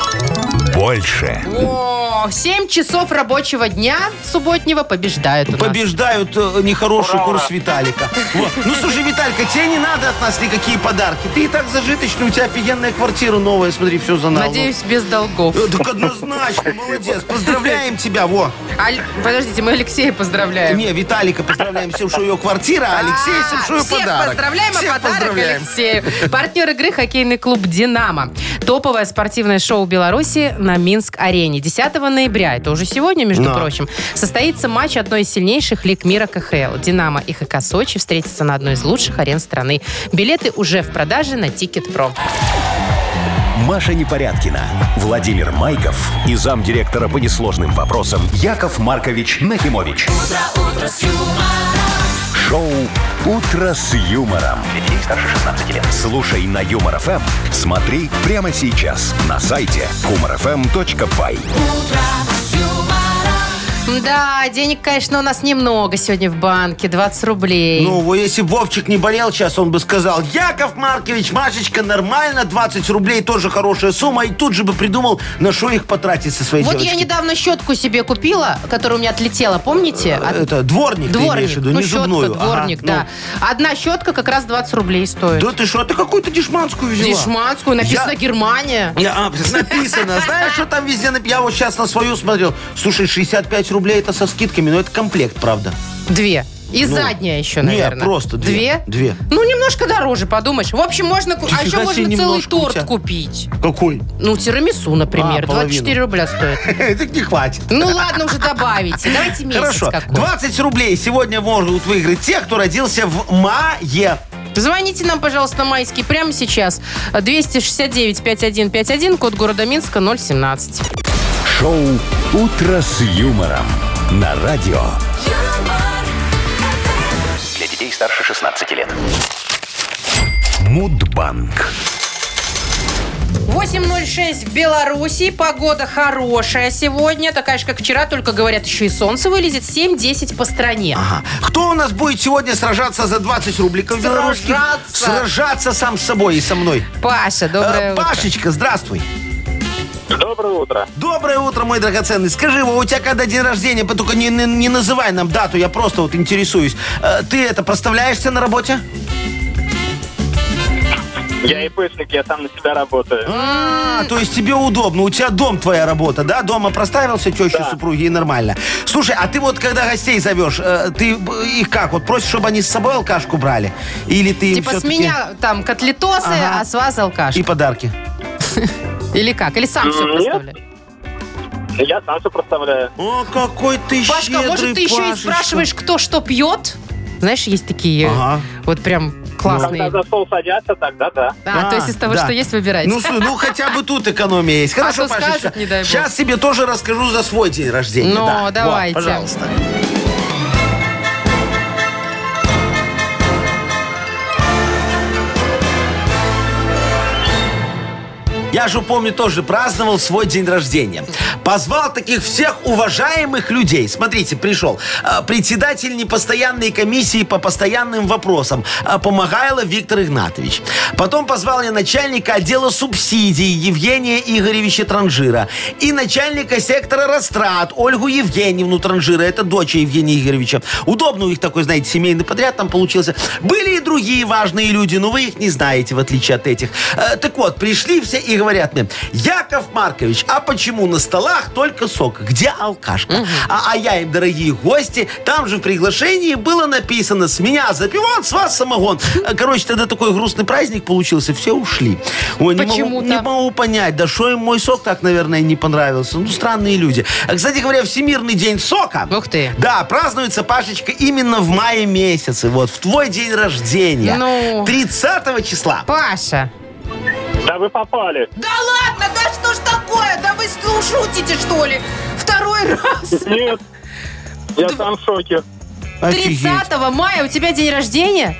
S1: Больше.
S2: О, 7 часов рабочего дня субботнего побеждают у
S3: Ну,
S2: нас.
S3: Побеждают э, нехороший
S5: Ура,
S3: курс
S5: ура.
S3: Виталика. Вот. Ну слушай, Виталька, тебе не надо от нас никакие подарки. Ты и так зажиточный, у тебя офигенная квартира новая, смотри, все за налог.
S2: Надеюсь, без долгов.
S3: Э, Так однозначно, молодец. Поздравляем тебя, во.
S2: Аль- Подождите, мы Алексея поздравляем.
S3: Не, Виталика поздравляем всем, что ее квартира, а Алексея всем, что ее
S2: Всех
S3: подарок.
S2: поздравляем, а
S3: Всех
S2: подарок
S3: поздравляем.
S2: Алексею. Партнер игры хоккейный клуб «Динамо». Топовое спортивное шоу Беларуси на Минск-арене. 10 ноября, это уже сегодня, между
S3: Да.
S2: прочим, состоится матч одной из сильнейших лиг мира КХЛ. «Динамо» и ХК «Сочи» встретятся на одной из лучших арен страны. Билеты уже в продаже на Тикет.Про.
S1: Маша Непорядкина, Владимир Майков и замдиректора по несложным вопросам Яков Маркович Нахимович. Шоу Утро с юмором.
S4: Для детей старше 16 лет.
S1: Слушай на Юмор ФМ, смотри прямо сейчас на сайте humorfm.by.
S2: Да, денег, конечно, у нас немного сегодня в банке. 20 рублей.
S3: Ну, во, если б Вовчик не болел сейчас, он бы сказал, Яков Маркович, Машечка, нормально, 20 рублей тоже хорошая сумма, и тут же бы придумал, на что их потратить со своей
S2: вот
S3: девочкой.
S2: я недавно щетку себе купила, которая у меня отлетела, помните? От-
S3: Это дворник, Э, ты имеешь
S2: Дворник,
S3: в виду,
S2: ну
S3: не
S2: щетка,
S3: зубную. Ага,
S2: дворник,
S3: ну.
S2: да. Одна щетка как раз 20 рублей стоит.
S3: Да ты что, ты какую-то дешманскую взяла?
S2: Дешманскую, написано
S3: Я-
S2: Германия.
S3: Я- а, написано. Знаешь, что там везде написано? Я вот сейчас на свою смотрел. Слушай, 65 рублей это со скидками, но это комплект, правда.
S2: Две. И задняя еще,
S3: Ну. не,
S2: наверное.
S3: просто две.
S2: Две?
S3: Две.
S2: Ну, немножко дороже, подумаешь. В общем, можно... ку- А
S3: Нифига
S2: еще
S3: себе,
S2: можно целый
S3: немножко у
S2: торт
S3: тебя.
S2: купить.
S3: [laughs] Какой?
S2: Ну, тирамису, например.
S3: А, половину.
S2: 24 рубля стоит.
S3: Так не хватит.
S2: Ну, ладно, уже добавите. Давайте месяц
S3: Хорошо.
S2: какой.
S3: 20 рублей сегодня могут выиграть те, кто родился в мае.
S2: Звоните нам, пожалуйста, на майский прямо сейчас. 269-5151, код города Минска, 017.
S1: Шоу Утро с юмором на радио.
S4: Для детей старше 16 лет.
S1: Мудбанк.
S2: 8.06 в Беларуси. Погода хорошая сегодня. Такая же, как вчера, только, говорят, еще и солнце вылезет. 7-10 по стране.
S3: Ага. Кто у нас будет сегодня сражаться за 20 рубликов белорусских?
S2: Сражаться.
S3: Сражаться сам с собой и со мной.
S2: Паша, доброе
S3: Э,
S2: утро.
S3: Пашечка, здравствуй.
S5: Доброе утро.
S3: Доброе утро, мой драгоценный. Скажи, Вова, у тебя когда день рождения? Только не, не- не называй нам дату, я просто вот интересуюсь. Э, Ты это, проставляешься на работе?
S5: Я ИПшник, я сам на себя работаю.
S3: А, то есть тебе удобно, у тебя дом твоя работа, да? Дома проставился, теща, супруги, и нормально. Слушай, а ты вот когда гостей зовешь, э, ты б- их как, вот просишь, чтобы они с собой алкашку брали? Или ты им
S2: Типа с
S3: всё-таки-
S2: меня там котлетосы,
S3: Ага.
S2: а с вас алкаш.
S3: И подарки.
S2: Или как? Или сам все
S5: Нет.
S2: проставляешь?
S5: Я сам все проставляю.
S3: О, какой ты
S2: Пашка,
S3: щедрый,
S2: может, ты еще и
S3: Пашечка.
S2: спрашиваешь, кто что пьет? Знаешь, есть такие
S3: Ага.
S2: вот прям классные.
S5: Когда за стол садятся, тогда Ну, да.
S2: А,
S3: Да,
S2: то есть из того,
S3: да.
S2: что есть, выбирать.
S3: Ну, слушай, ну хотя бы тут экономия есть. Хорошо,
S2: то скажут, не дай бог.
S3: Сейчас тебе тоже расскажу за свой день рождения.
S2: Ну,
S3: да. Вот,
S2: давайте.
S3: пожалуйста. Я же помню, тоже праздновал свой день рождения. Позвал таких всех уважаемых людей. Смотрите, пришел э, председатель непостоянной комиссии по постоянным вопросам э, Помогайло Виктор Игнатович. Потом позвал я начальника отдела субсидий Евгения Игоревича Транжира и начальника сектора растрат Ольгу Евгеньевну Транжира. Это дочь Евгения Игоревича. Удобно у них такой, знаете, семейный подряд там получился. Были и другие важные люди, но вы их не знаете, в отличие от этих. Э, так вот, пришли все и говорят мне, Яков Маркович, а почему на столах только сок? Где алкашка? А, а я им, дорогие гости, там же в приглашении было написано, с меня запивон, с вас самогон. Э, Короче, тогда такой грустный праздник получился, все ушли. Ой, не могу,
S2: Почему-то.
S3: не могу понять, да что им мой сок так, наверное, не понравился. Ну, странные люди. А, Кстати говоря, Всемирный день сока.
S2: Ух ты.
S3: Да, празднуется, Пашечка, именно в мае месяце. Вот, в твой день рождения.
S2: Ну.
S3: 30 числа.
S2: Паша.
S5: Да вы попали.
S2: Да ладно, да что ж такое? Да вы что, шутите, что ли? Второй раз.
S5: Нет. Я сам в шоке.
S3: [laughs] Офигеть.
S2: 30 мая у тебя день рождения?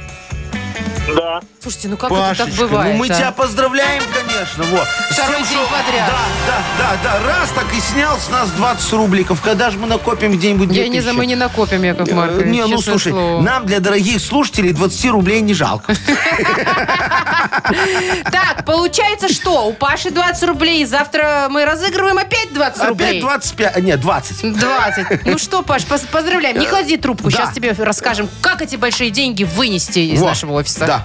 S5: Да.
S2: Слушайте, ну как это так
S3: Пашечка,
S2: бывает?
S3: ну мы
S2: а?
S3: тебя поздравляем, конечно, вот. С
S2: Второй день подряд.
S3: Да, да, да, да, раз так и снял с нас 20 рубликов. Когда же мы накопим где-нибудь
S2: Я
S3: две
S2: не знаю, мы
S3: тысячи?
S2: не накопим, Яков
S3: Э,
S2: Маркович.
S3: Не, ну
S2: честное
S3: слушай,
S2: слово.
S3: нам для дорогих слушателей 20 рублей не жалко.
S2: Так, получается что? У Паши 20 рублей, завтра мы разыгрываем опять 20
S3: Опять
S2: рублей.
S3: 25, нет, 20.
S2: 20. Ну что, Паш, пос- поздравляем. Не клади трубку.
S3: Э, Да.
S2: Сейчас тебе расскажем, как эти большие деньги вынести из
S3: Во,
S2: нашего офиса.
S3: Да.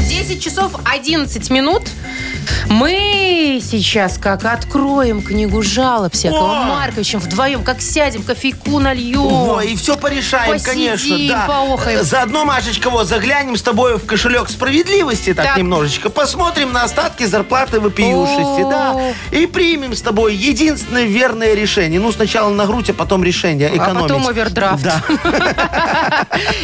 S2: 10 часов 11 минут. Мы сейчас как откроем книгу жалоб всякого
S3: О!
S2: Марковичем вдвоем, как сядем, кофейку нальем.
S3: Во, и все порешаем,
S2: Посидим,
S3: конечно. Да.
S2: поохаем.
S3: Заодно, Машечка, вот заглянем с тобой в кошелек справедливости так,
S2: Так.
S3: немножечко. Посмотрим на остатки зарплаты вопиюшести,
S2: О.
S3: да. И примем с тобой единственное верное решение. Ну, сначала на грудь, а потом решение
S2: А
S3: экономить.
S2: потом овердрафт.
S3: Да.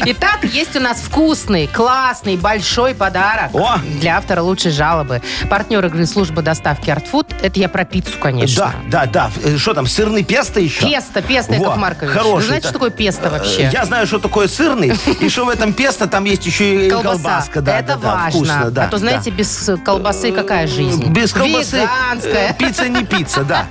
S2: Итак, есть у нас вкусный, классный, большой подарок
S3: О!
S2: для автора лучшей жалобы. Партнер игры служба доставки Art Food. Это я про пиццу, конечно.
S3: Да, да, да. Э, Что там, сырный песто еще?
S2: Песто, песто,
S3: Во,
S2: Яков Маркович.
S3: хороший.
S2: Вы знаете, что такое песто вообще?
S3: Э, Я знаю, что такое сырный, и что в этом песто, там есть еще и колбаска. да,
S2: Это
S3: да, да,
S2: важно.
S3: вкусно, да,
S2: а то,
S3: да.
S2: знаете, без э, колбасы какая жизнь?
S3: Без колбасы. э,
S2: Веганская.
S3: Пицца не пицца, да.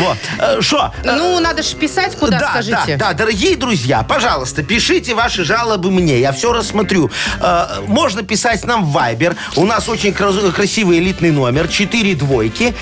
S3: Вот. Что?
S2: Ну, надо же писать куда,
S3: Э, да,
S2: скажите.
S3: да, да, дорогие друзья, пожалуйста, пишите ваши жалобы мне, я все рассмотрю. Э, можно писать нам в Viber, у нас очень кра- красивый элитный номер, 4 двойки,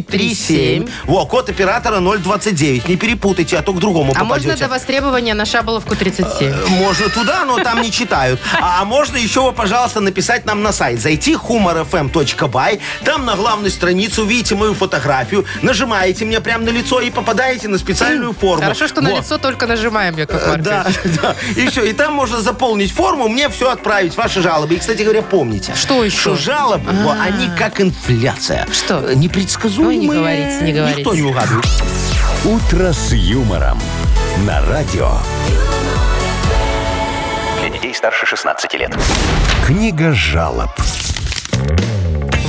S3: 937, во, код оператора 029, не перепутайте, а то к другому
S2: А можно
S3: попадете.
S2: до востребования на Шаболовку 37?
S3: Можно туда, но там не читают. А можно еще, пожалуйста, написать нам на сайт. Зайти humorfm.by. Там на главной странице увидите мою фотографию. Нажимаете мне прямо на лицо и попадаете на специальную форму.
S2: Хорошо, что на
S3: Вот.
S2: лицо только нажимаем, Яков
S3: Э,
S2: Маркович.
S3: Да, [laughs] да. И все. И там можно заполнить форму, мне все отправить, ваши жалобы. И, кстати говоря, помните.
S2: Что еще? А.
S3: Что жалобы, во, они как инфляция.
S2: Что?
S3: Э, Непредсказуемые.
S2: Ой, не говорите, не говорите.
S3: Никто не угадывает.
S1: «Утро с юмором» на радио.
S4: Для детей старше 16 лет.
S1: Книга жалоб.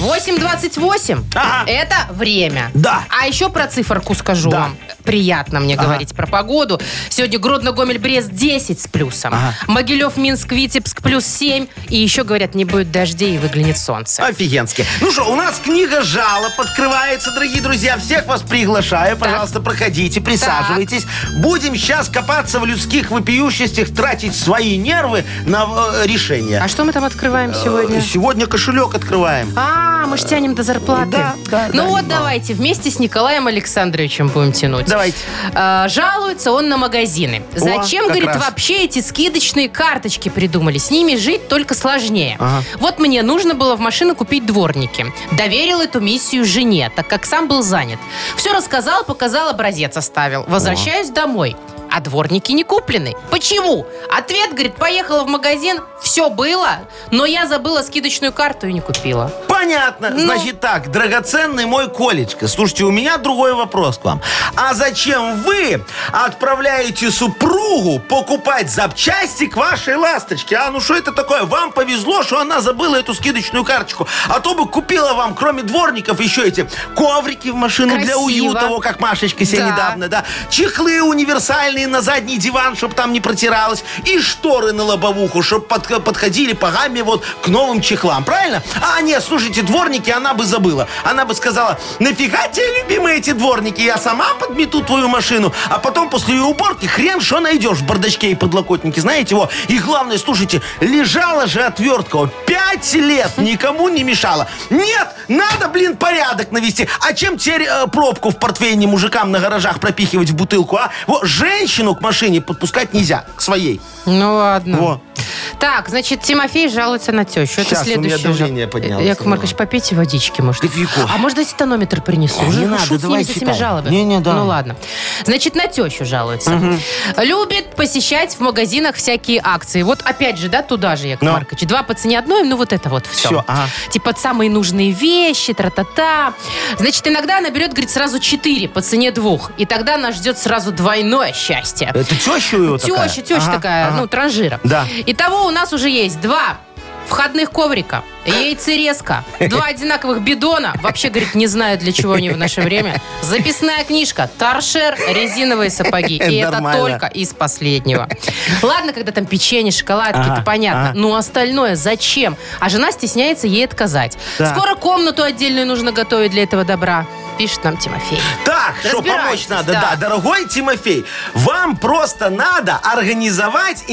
S2: 8.28.
S3: Ага.
S2: Это время.
S3: Да.
S2: А еще про циферку скажу
S3: Да.
S2: вам. Приятно мне
S3: Ага.
S2: говорить про погоду. Сегодня Гродно, Гомель, Брест 10 с плюсом.
S3: Ага.
S2: Могилев, Минск, Витебск плюс 7. И еще, говорят, не будет дождей и выглянет солнце.
S3: Офигенски. Ну что, у нас книга жалоб открывается, дорогие друзья. Всех вас приглашаю. Пожалуйста, проходите, присаживайтесь. Будем сейчас копаться в людских вопиющестях, тратить свои нервы на э, решение. Э,
S2: А что мы там открываем сегодня?
S3: Сегодня кошелек открываем.
S2: А, мы ж тянем до зарплаты.
S3: Да, да,
S2: ну
S3: да,
S2: вот
S3: немного.
S2: давайте вместе с Николаем Александровичем будем тянуть.
S3: Давайте.
S2: А, жалуется он на магазины. Зачем,
S3: как
S2: говорит,
S3: раз.
S2: вообще эти скидочные карточки придумали? С ними жить только сложнее.
S3: Ага.
S2: Вот мне нужно было в машину купить дворники. Доверил эту миссию жене, так как сам был занят. Все рассказал, показал, образец оставил. Возвращаюсь домой. А дворники не куплены. Почему? Ответ, говорит, поехала в магазин, все было, но я забыла скидочную карту и не купила.
S3: Понятно. Значит так, драгоценный мой колечко. Слушайте, у меня другой вопрос к вам. А зачем вы отправляете супругу покупать запчасти к вашей ласточке? А ну что это такое? Вам повезло, что она забыла эту скидочную карточку. А то бы купила вам, кроме дворников, еще эти коврики в машину для
S2: Красиво.
S3: уюта, во, как Машечка себе
S2: Да.
S3: недавно, да. Чехлы универсальные на задний диван, чтобы там не протиралось. И шторы на лобовуху, чтобы подходили погами вот к новым чехлам. Правильно? А, нет, слушайте, дворники она бы забыла. Она бы сказала, нафига тебе, любимые, эти дворники? Я сама подмету твою машину, а потом после ее уборки хрен что найдешь в бардачке и подлокотнике. Знаете его? И главное, слушайте, лежала же отвертка. вот, Пять лет никому не мешала. Нет, надо, блин, порядок навести. А чем теперь э, пробку в портфейне мужикам на гаражах пропихивать в бутылку, а? Во, женщину к машине подпускать нельзя, к своей.
S2: Ну ладно.
S3: Во.
S2: Так, значит, Тимофей жалуется на тещу.
S3: Щас,
S2: это
S3: у
S2: следующее.
S3: меня давление
S2: жал-
S3: поднялось
S2: Яков Маркович,
S3: немного.
S2: попейте водички, может.
S3: Да фигу.
S2: А может, я тонометр принесу?
S3: Не
S2: Уже
S3: надо,
S2: шут с ними,
S3: давай
S2: с этими
S3: читай.
S2: жалобами.
S3: Не-не, да.
S2: Ну ладно. Значит, на тещу жалуется. Любит посещать в магазинах всякие акции. Вот опять же, да, туда же, Яков
S3: Ну.
S2: Маркович. Два по цене одной, ну вот это вот все.
S3: Всё, ага.
S2: Типа самые нужные вещи, тра-та-та. Значит, иногда она берет, говорит, сразу четыре по цене двух. И тогда нас ждет сразу двойное счастье.
S3: Это теща у его такая?
S2: Теща, теща
S3: Ага,
S2: такая,
S3: ага.
S2: ну, транжира.
S3: Да.
S2: Итого у нас уже есть два входных коврика, яйцерезка, два одинаковых бидона. Вообще, говорит, не знаю, для чего они в наше время. Записная книжка, торшер, резиновые сапоги. И это
S3: Нормально.
S2: только из последнего. Ладно, когда там печенье, шоколадки,
S3: Ага,
S2: это понятно.
S3: ага.
S2: Но остальное зачем? А жена стесняется ей отказать.
S3: Так.
S2: Скоро комнату отдельную нужно готовить для этого добра. Пишет нам Тимофей.
S3: Так, что помочь
S2: Разбирайтесь,
S3: надо,
S2: да.
S3: да. дорогой Тимофей, вам просто надо организовать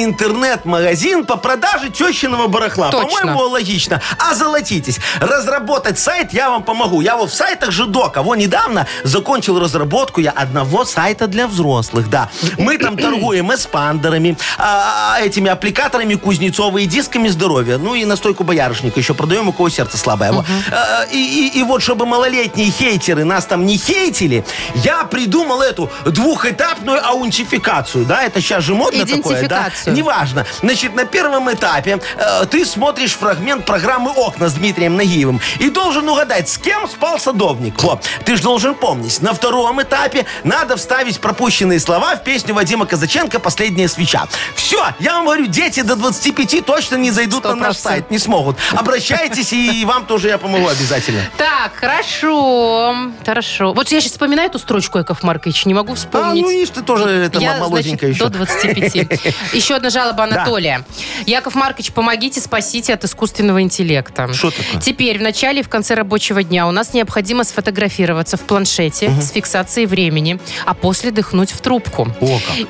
S3: интернет-магазин по продаже тещиного барахла.
S2: Точно.
S3: По-моему, логично. Озолотитесь. Разработать сайт я вам помогу. Я вот в сайтах Жидока, вон недавно закончил разработку я одного сайта для взрослых, да. Мы там торгуем эспандерами, а, этими аппликаторами Кузнецова и дисками здоровья. Ну и настойку боярышника еще продаем, у кого сердце слабое. Во. А, и, и- и вот, чтобы малолетние хейтеры нас там не хейтили, я придумал эту двухэтапную аунтификацию, да, это сейчас же модно такое, да?
S2: Идентификацию.
S3: Неважно. Значит, на первом этапе э, ты смотришь фрагмент программы «Окна» с Дмитрием Нагиевым и должен угадать, с кем спал садовник. Вот. Ты же должен помнить. На втором этапе надо вставить пропущенные слова в песню Вадима Казаченко «Последняя свеча». Все, я вам говорю, дети до 25 точно не зайдут на наш
S2: 100%.
S3: сайт, не смогут. Обращайтесь, и вам тоже я помогу обязательно.
S2: Так, хорошо, хорошо. Вот я сейчас вспоминаю эту строчку, Яков Маркович, не могу
S3: А,
S2: вспомнить.
S3: ну видишь, ты тоже это
S2: Я,
S3: м- молоденькая
S2: значит,
S3: еще.
S2: до
S3: [laughs]
S2: 25. Еще одна жалоба Анатолия. Яков Маркович, помогите, спасите от искусственного интеллекта.
S3: Что такое?
S2: Теперь в начале и в конце рабочего дня у нас необходимо сфотографироваться в планшете с фиксацией времени, а после дыхнуть в трубку.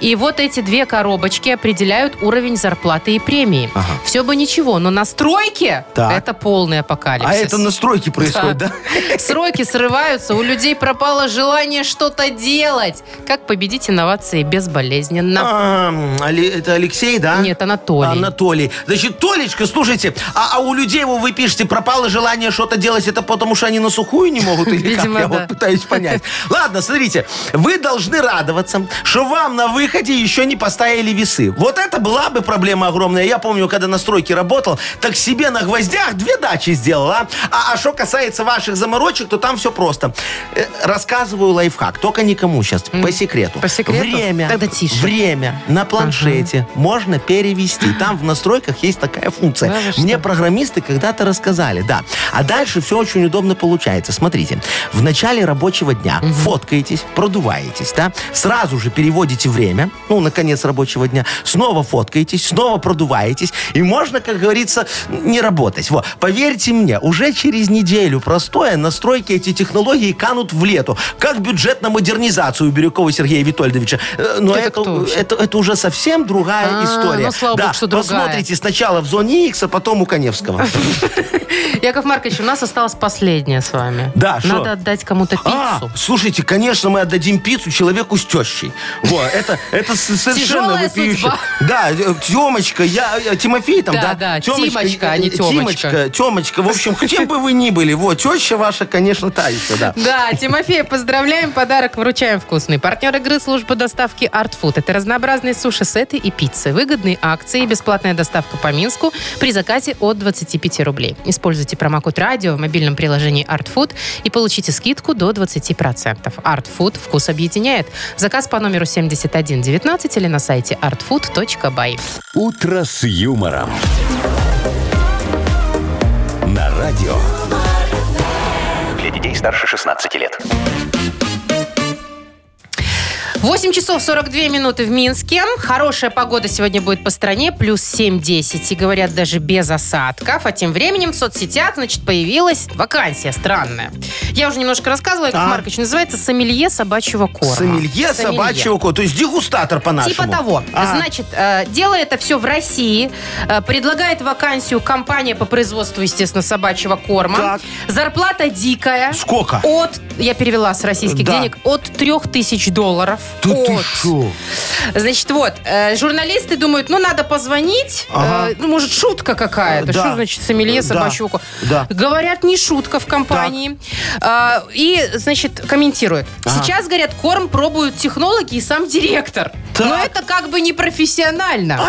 S2: И вот эти две коробочки определяют уровень зарплаты и премии. Все бы ничего, но на стройке
S3: Так.
S2: это полный апокалипсис.
S3: А это на стройке происходит, да?
S2: Сроки срываются, у людей пропало желание что-то делать. Как победить инновации безболезненно?
S3: А, Али- это Алексей, да?
S2: Нет, Анатолий.
S3: Анатолий. Значит, Толечка, слушайте, а, а у людей вот вы пишете, пропало желание что-то делать, это потому что они на сухую не могут или как?
S2: Видимо,
S3: Я
S2: да.
S3: вот пытаюсь понять. Ладно, смотрите, вы должны радоваться, что вам на выходе еще не поставили весы. Вот это была бы проблема огромная. Я помню, когда на стройке работал, так себе на гвоздях две дачи сделал, а? А а что касается ваших заморочек, то там все просто. Э, Рассказываю лайфхак, только никому сейчас, по секрету.
S2: По секрету?
S3: Время.
S2: Тогда тише.
S3: Время на планшете можно перевести. Там в настройках есть такая функция.
S2: Да вы что?
S3: Мне программисты когда-то рассказали, да. А дальше все очень удобно получается. Смотрите, в начале рабочего дня фоткаетесь, продуваетесь, да, сразу же переводите время, ну, на конец рабочего дня, снова фоткаетесь, снова продуваетесь, и можно, как говорится, не работать. Вот. Поверьте мне, уже через неделю простое настройки эти технологии канут в лету, как бюджет на модернизацию у Бирюкова Сергея Витольдовича. Э, Но
S2: Это
S3: это,
S2: кто
S3: это,
S2: вообще?
S3: это уже совсем другая
S2: А,
S3: история.
S2: ну, слава
S3: да,
S2: богу, что другая.
S3: Посмотрите сначала в зоне Икс, а потом у
S2: [laughs]
S3: Коневского.
S2: Яков Маркович, у нас осталось последнее с вами.
S3: Да, шо?
S2: Надо отдать кому-то
S3: А,
S2: пиццу.
S3: слушайте, конечно, мы отдадим пиццу человеку с тещей. Во, это, это с- совершенно
S2: Тяжелая
S3: вопиюще.
S2: судьба.
S3: Да, э, Тёмочка, я, э, Тимофей там,
S2: Да,
S3: да?
S2: да, Тимочка, а не
S3: э,
S2: Тёмочка.
S3: Тимочка, Тёмочка, в общем, кем бы вы ни были, вот, теща ваша, конечно, та еще, да.
S2: Да, Тимофея поздравляем, подарок вручаем вкусный. Партнер игры служба доставки Art Food. Это разнообразные суши-сеты и пиццы, выгодные акции, бесплатная доставка по Минску при заказе от 25 рублей. Используйте промокод радио в мобильном приложении Art Food и получите скидку до 20%. Art Food вкус объединяет. Заказ по номеру 7119 или на сайте artfood.by.
S1: «Утро с юмором». На радио.
S4: Для детей старше 16 лет.
S2: 8 часов 42 минуты в Минске. Хорошая погода сегодня будет по стране, плюс 7-10. И говорят, даже без осадков. А тем временем в соцсетях, значит, появилась вакансия странная. Я уже немножко рассказывала, Яков
S3: А.
S2: Маркович, называется «Сомелье собачьего корма».
S3: Сомелье собачьего кот, то есть дегустатор по-нашему.
S2: Типа того.
S3: А,
S2: Значит, э, делает это все в России, э, предлагает вакансию компания по производству, естественно, собачьего корма.
S3: Так.
S2: Зарплата дикая.
S3: Сколько?
S2: От, я перевела с российских
S3: Да.
S2: денег, от 3000 долларов.
S3: Да ты
S2: От.
S3: шо?
S2: Значит, вот, э, журналисты думают, ну, надо позвонить.
S3: Ага.
S2: э, ну, может, шутка какая-то.
S3: Э, да.
S2: Что значит сомелье
S3: Да.
S2: собачьего ко-
S3: Да.
S2: Говорят, не шутка в компании. А, и, значит, комментируют.
S3: Ага.
S2: Сейчас, говорят, корм пробуют технологи и сам директор. Но это как бы непрофессионально.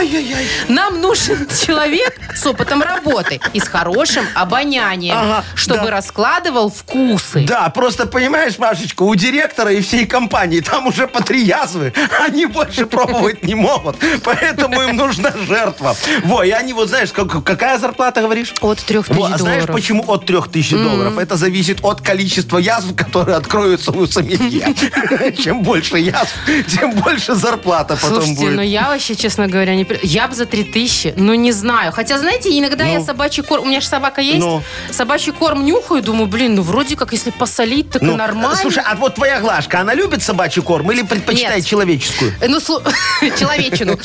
S2: Нам нужен [laughs] человек с опытом работы и с хорошим обонянием,
S3: Ага,
S2: чтобы
S3: да.
S2: раскладывал вкусы.
S3: Да, просто понимаешь, Машечка, у директора и всей компании там уже по три язвы. [laughs] Они больше пробовать не могут. Поэтому им нужна жертва. Во, и они вот, знаешь, как- какая зарплата, говоришь?
S2: От трех тысяч
S3: Во, а знаешь,
S2: долларов.
S3: почему от трех тысяч долларов? Это зависит от количества язв, которые откроются
S2: [laughs]
S3: у самих. Чем больше язв, тем больше зарплата потом
S2: Слушайте, ну
S3: будет.
S2: я вообще, честно говоря, не... при- Я бы за 3000, ну не знаю. Хотя, знаете, иногда я собачий корм... У меня же собака есть.
S3: Ну.
S2: Собачий корм нюхаю, думаю, блин, ну вроде как, если посолить, так и
S3: Ну,
S2: нормально.
S3: Слушай, а вот твоя Глашка, она любит собачий корм или предпочитает
S2: Нет.
S3: человеческую?
S2: Э, Ну, слу- [laughs] человечину.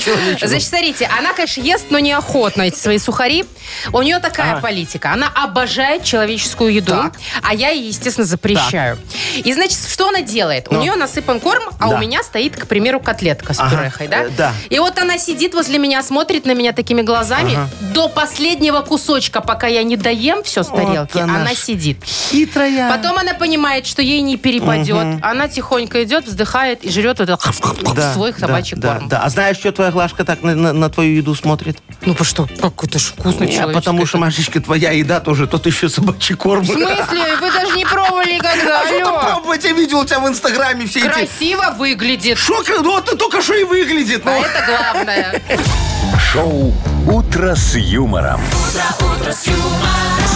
S2: Значит, смотрите, она, конечно, ест, но неохотно эти свои сухари. У нее такая политика. Она обожает человеческую еду,
S3: Так.
S2: а я ей, естественно, запрещаю. И, значит, что она делает? У нее насыпан корм, а
S3: Ну. Да.
S2: у меня стоит, к примеру, котлетка с
S3: Ага,
S2: пюрехой, да?
S3: э, да.
S2: И вот она сидит возле меня, смотрит на меня такими глазами до последнего кусочка, пока я не доем все с
S3: Вот
S2: тарелки.
S3: она
S2: Она
S3: ж.
S2: сидит.
S3: Хитрая.
S2: Потом она понимает, что ей не перепадет. Она тихонько идет, вздыхает и жрет вот
S3: Хм,
S2: этот свой собачий
S3: да,
S2: корм.
S3: Да, а знаешь, что твоя Глашка так на, на- на твою еду смотрит?
S2: Ну, по что? Как это ж вкусно,
S3: А потому что, Машечка, твоя еда тоже, тот еще собачий корм.
S2: В смысле? Вы даже не пробовали никогда.
S3: А что там
S2: Алло.
S3: пробовать? Я видел у тебя в Инстаграме все эти...
S2: Красиво выглядит.
S3: Шо, как- ну вот ты только что и выглядит.
S2: А
S3: ну.
S2: это главное.
S1: Шоу «Утро с юмором».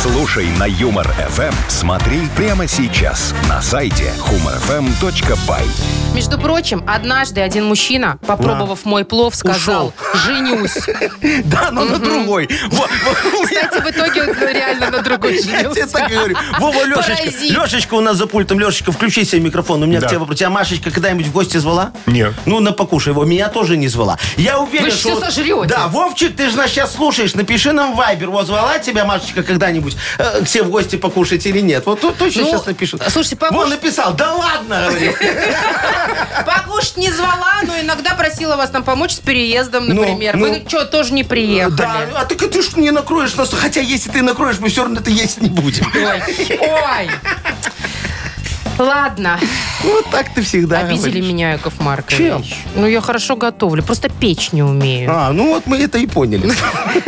S1: Слушай на Юмор ФМ. Смотри прямо сейчас на сайте humorfm.by.
S2: Между прочим, однажды один мужчина, попробовав мой плов, сказал «женюсь».
S3: [laughs] Да, но на другой. Во, во, у меня-
S2: Кстати, в итоге он реально на другой
S3: Я тебе
S2: женился.
S3: так говорю. Вова, Лешечка,
S2: Паразит.
S3: Лешечка у нас за пультом. Лешечка, включи себе микрофон. У меня
S1: Да.
S3: к тебе вопрос. Тебя Машечка когда-нибудь в гости звала?
S1: Нет.
S3: Ну, на покушай его. Меня тоже не звала. Я уверен,
S2: Вы ж
S3: что...
S2: всё сожрёте.
S3: Да, Вовчик, ты же нас сейчас слушаешь. Напиши нам в Вайбер. Вот звала тебя Машечка когда-нибудь э, к себе в гости покушать или нет? Вот тут точно
S2: Ну,
S3: сейчас напишут.
S2: слушайте,
S3: Вон
S2: покушать-
S3: написал. Да ладно, говорю.
S2: [laughs] Покушать не звала, но иногда просила вас нам помочь с переездом,
S3: Ну,
S2: например.
S3: ну.
S2: Вы что, тоже не приехали?
S3: Да, а так и ты ж не накроешь нас. Хотя если ты накроешь, мы все равно это есть не будем. [laughs]
S2: Ой, ой. Ладно,
S3: Вот так ты всегда
S2: обидели
S3: говоришь.
S2: меня, Яков Маркович. Ну, я хорошо готовлю, просто печь не умею.
S3: А, ну вот мы это
S2: [laughs]
S3: и поняли.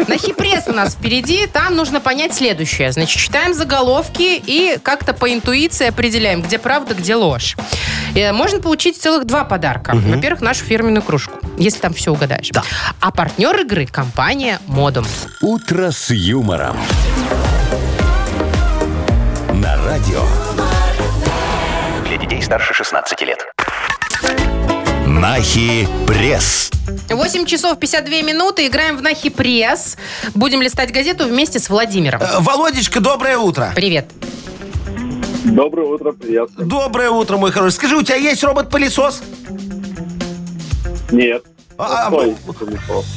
S2: На хипресс у нас впереди, там нужно понять следующее. Значит, читаем заголовки и как-то по интуиции определяем, где правда, где ложь. Э, Можно получить целых два подарка. Во-первых, нашу фирменную кружку, если там все угадаешь. А партнер игры – компания «Модом».
S1: «Утро с юмором». На радио.
S4: Для детей старше 16 лет.
S1: Нахи пресс.
S2: 8 часов 52 минуты, играем в Нахи Пресс. Будем листать газету вместе с Владимиром.
S3: Э, Володечка, доброе утро.
S2: Привет.
S7: Доброе утро, приятно.
S3: Доброе утро, мой хороший. Скажи, у тебя есть робот-пылесос?
S7: Нет.
S3: А, а,
S7: Ой,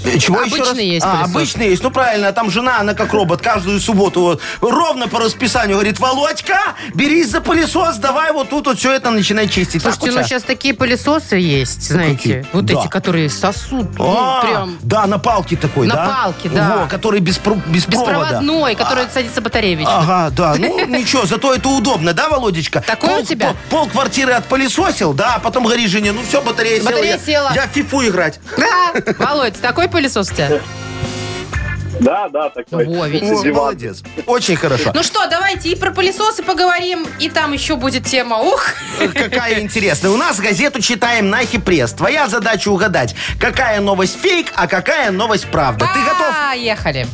S3: э, Чего
S2: Обычный
S3: еще раз?
S2: есть
S3: А,
S2: пылесос.
S3: обычный есть, ну правильно, а там жена, она как робот, каждую субботу вот, ровно по расписанию говорит, Володька, берись за пылесос, давай вот тут вот все это начинай чистить. Так
S2: Слушайте,
S3: у
S2: ну
S3: тебя?
S2: сейчас такие пылесосы есть, знаете,
S3: Ну, какие?
S2: вот
S3: Да.
S2: эти, которые сосут, ну,
S3: А,
S2: прям
S3: Да, на палке такой,
S2: На
S3: да?
S2: палке, да.
S3: Во, который без, про- без провода.
S2: беспроводной, который садится батаревич.
S3: Ага, да.
S2: [laughs]
S3: Ну, ничего, зато это удобно, да, Володечка?
S2: Такое
S3: Пол-
S2: у тебя?
S3: Пол, квартиры отпылесосил, да, а потом говоришь жене, ну все, батарея,
S2: Батарея
S3: села.
S2: села.
S3: Я, я в фифу играть.
S2: Да, Володь, такой пылесос у
S3: [laughs]
S2: тебя?
S7: Да, да, такой.
S2: Во, видите.
S3: О,
S7: Диван.
S3: молодец. Очень хорошо.
S2: Ну что, давайте и про пылесосы поговорим, и там еще будет тема. Ух!
S3: Какая интересная. У нас газету читаем Нахи Пресс. Твоя задача угадать, какая новость фейк, а какая новость правда. Ты готов?
S2: Поехали.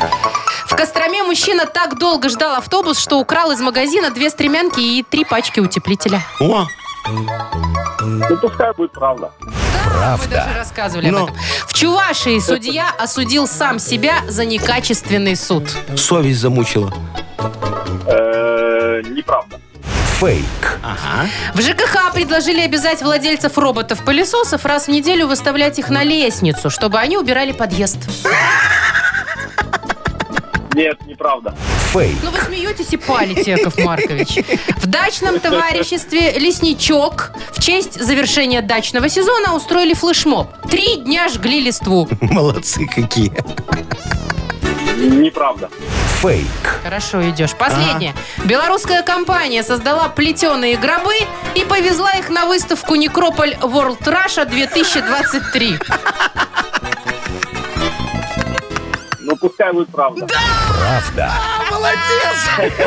S2: А, В Костроме мужчина так долго ждал автобус, что украл из магазина две стремянки и три пачки утеплителя.
S3: О,
S7: Ну, пускай будет правда.
S2: Мы даже рассказывали об
S3: Но.
S2: этом. В Чувашии судья осудил сам себя за некачественный суд.
S3: совесть замучила.
S7: Э, Неправда.
S1: Фейк.
S2: В ЖКХ предложили обязать владельцев роботов-пылесосов раз в неделю выставлять их на лестницу, чтобы они убирали подъезд.
S7: Нет, неправда.
S1: Фейк.
S2: Ну вы смеетесь и палите, Яков Маркович. В дачном товариществе «Лесничок» в честь завершения дачного сезона устроили флешмоб. Три дня жгли листву.
S3: Молодцы какие.
S7: Неправда.
S1: Фейк.
S2: Хорошо идешь. Последнее. Белорусская компания создала плетеные гробы и повезла их на выставку Некрополь World Russia 2023.
S7: Ну пускай будет правда.
S1: Правда.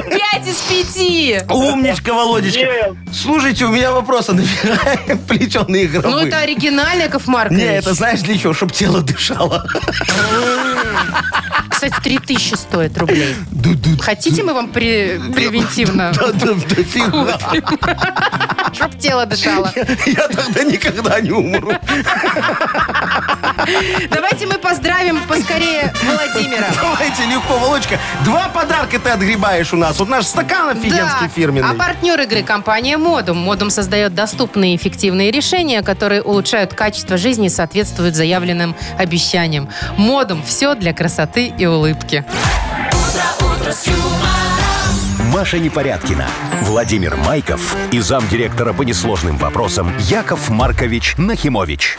S2: Пять из пяти.
S3: Умничка, Володечка.
S7: Нет.
S3: Слушайте, у меня вопрос. А набираем [laughs] плетеные гробы?
S2: Ну, это оригинально, Яков Маркович.
S3: Не, это знаешь для чего? Чтоб тело дышало.
S2: Кстати, три тысячи стоит рублей.
S3: Ду-ду.
S2: Хотите, мы вам при- превентивно,
S3: [laughs] Да, да, дофига.
S2: чтоб тело дышало?
S3: Я тогда никогда не
S2: [laughs]
S3: умру.
S2: Давайте мы поздравим поскорее Владимира.
S3: Давайте легко, Волочка. Два подарка ты отгребаешь у нас. Вот наш стакан офигенский
S2: Да.
S3: фирменный.
S2: А партнер игры компания Модум. Модум создает доступные и эффективные решения, которые улучшают качество жизни и соответствуют заявленным обещаниям. Модум – все для красоты и улыбки.
S1: Маша Непорядкина, Владимир Майков и замдиректора по несложным вопросам Яков Маркович Нахимович.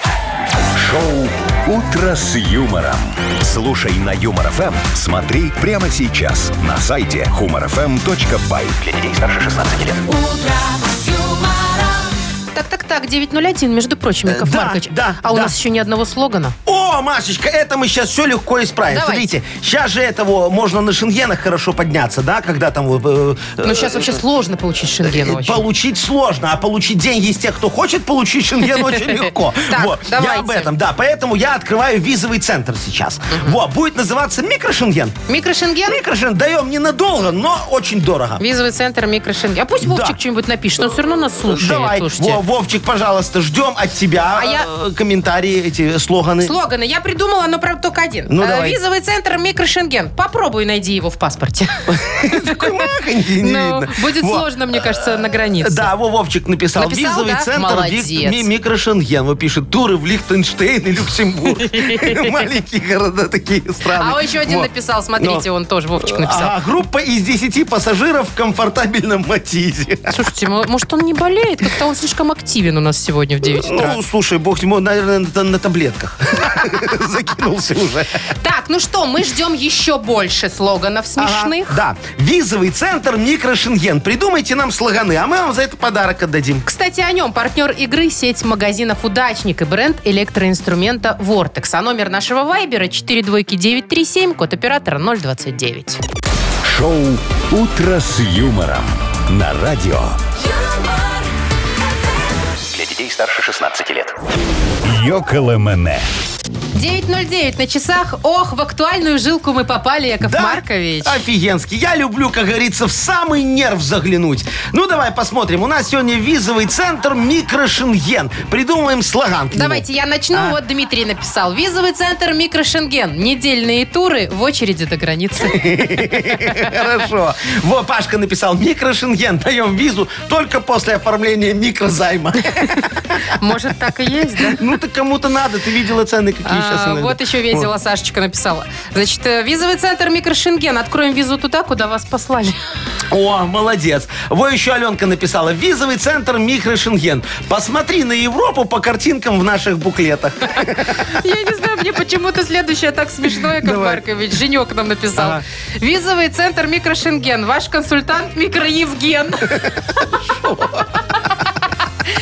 S1: Шоу «Утро с юмором». Слушай на Юмор ФМ, смотри прямо сейчас на сайте humorfm.by. Для детей старше 16 лет.
S2: Так, так, так, 901, между прочим, Яков
S3: Э, да,
S2: Маркович.
S3: да,
S2: а у
S3: да.
S2: нас еще ни одного слогана.
S3: О, Машечка, это мы сейчас все легко исправим.
S2: Давай.
S3: Смотрите, сейчас же этого можно на шенгенах хорошо подняться, да, когда там... э, э,
S2: Но сейчас Ну, вообще сложно получить шенген очень.
S3: Получить сложно, а получить деньги из тех, кто хочет
S2: [laughs]
S3: получить шенген, очень легко.
S2: Так,
S3: Вот,
S2: давайте.
S3: Я об этом, да. Поэтому я открываю визовый центр сейчас. Вот, будет называться микрошенген.
S2: Микрошенген?
S3: Микрошенген даем ненадолго, но очень дорого.
S2: Визовый центр микрошенген. А пусть Вовчик
S3: Да.
S2: что-нибудь напишет, он все равно нас слушает.
S3: Давай,
S2: слушайте.
S3: Во, Вовчик, пожалуйста, ждем от тебя
S2: А я-
S3: э, комментарии, эти слоганы.
S2: Слоганы. Я придумала, но правда только один.
S3: Ну,
S2: Э,
S3: давай.
S2: Визовый центр микрошенген. Попробуй найди его в паспорте.
S3: Такой махонький, [laughs] не
S2: Ну,
S3: видно.
S2: Будет
S3: Во.
S2: сложно, мне кажется, на границе.
S3: Да, во, Вовчик написал.
S2: Написал,
S3: Визовый
S2: да?
S3: центр
S2: Молодец.
S3: Вик- ми- микрошенген. Вот пишет туры в Лихтенштейн
S2: [laughs]
S3: и Люксембург. Маленькие города такие страны.
S2: А еще один
S3: Вот.
S2: написал, смотрите, он тоже Вовчик написал.
S3: Ага, группа из 10 пассажиров в комфортабельном Матизе.
S2: Слушайте, мо- может, он не болеет? Как-то он слишком активен у нас сегодня в 9 утра.
S3: Ну, слушай, бог с ним, он, наверное, на, на таблетках [laughs] закинулся уже.
S2: Так, ну что, мы ждем еще больше слоганов смешных.
S3: Ага, Да. Визовый центр микрошенген. Придумайте нам слоганы, а мы вам за это подарок отдадим.
S2: Кстати, о нем. Партнер игры – сеть магазинов «Удачник» и бренд электроинструмента «Вортекс». А номер нашего вайбера 42937, код оператора 029.
S1: Шоу «Утро с юмором» на радио.
S6: юмор,
S4: Для детей старше 16 лет.
S1: Йоколэмэне.
S2: 9.09 на часах. Ох, в актуальную жилку мы попали, Яков
S3: Да? А, ну.
S2: Маркович.
S3: Офигенский. Я люблю, как говорится, в самый нерв заглянуть. Ну, давай посмотрим. У нас сегодня визовый центр микрошенген. Придумаем Ну, слоган. к нему.
S2: Давайте я начну.
S3: А.
S2: Вот Дмитрий написал. Визовый центр микрошенген. Недельные туры в очереди до
S3: [laughs]
S2: границы.
S3: [laughs] Хорошо. Во, Пашка написал. Микрошенген. Даем визу только после оформления микрозайма. [laughs]
S2: Может, так и есть, да?
S3: Ну, ты кому-то надо. Ты видела цены, какие сейчас
S2: А,
S3: иногда.
S2: вот еще весело Сашечка написала. Значит, э, визовый центр микрошенген. Откроем визу туда, куда вас послали.
S3: О, молодец. Во еще Аленка написала. Визовый центр микрошенген. Посмотри на Европу по картинкам в наших буклетах.
S2: Я не знаю, мне почему-то следующее так смешно, Яков
S3: Давай.
S2: Маркович. Женек нам написал.
S3: Ага.
S2: Визовый центр микрошенген. Ваш консультант микроевген.
S3: [laughs]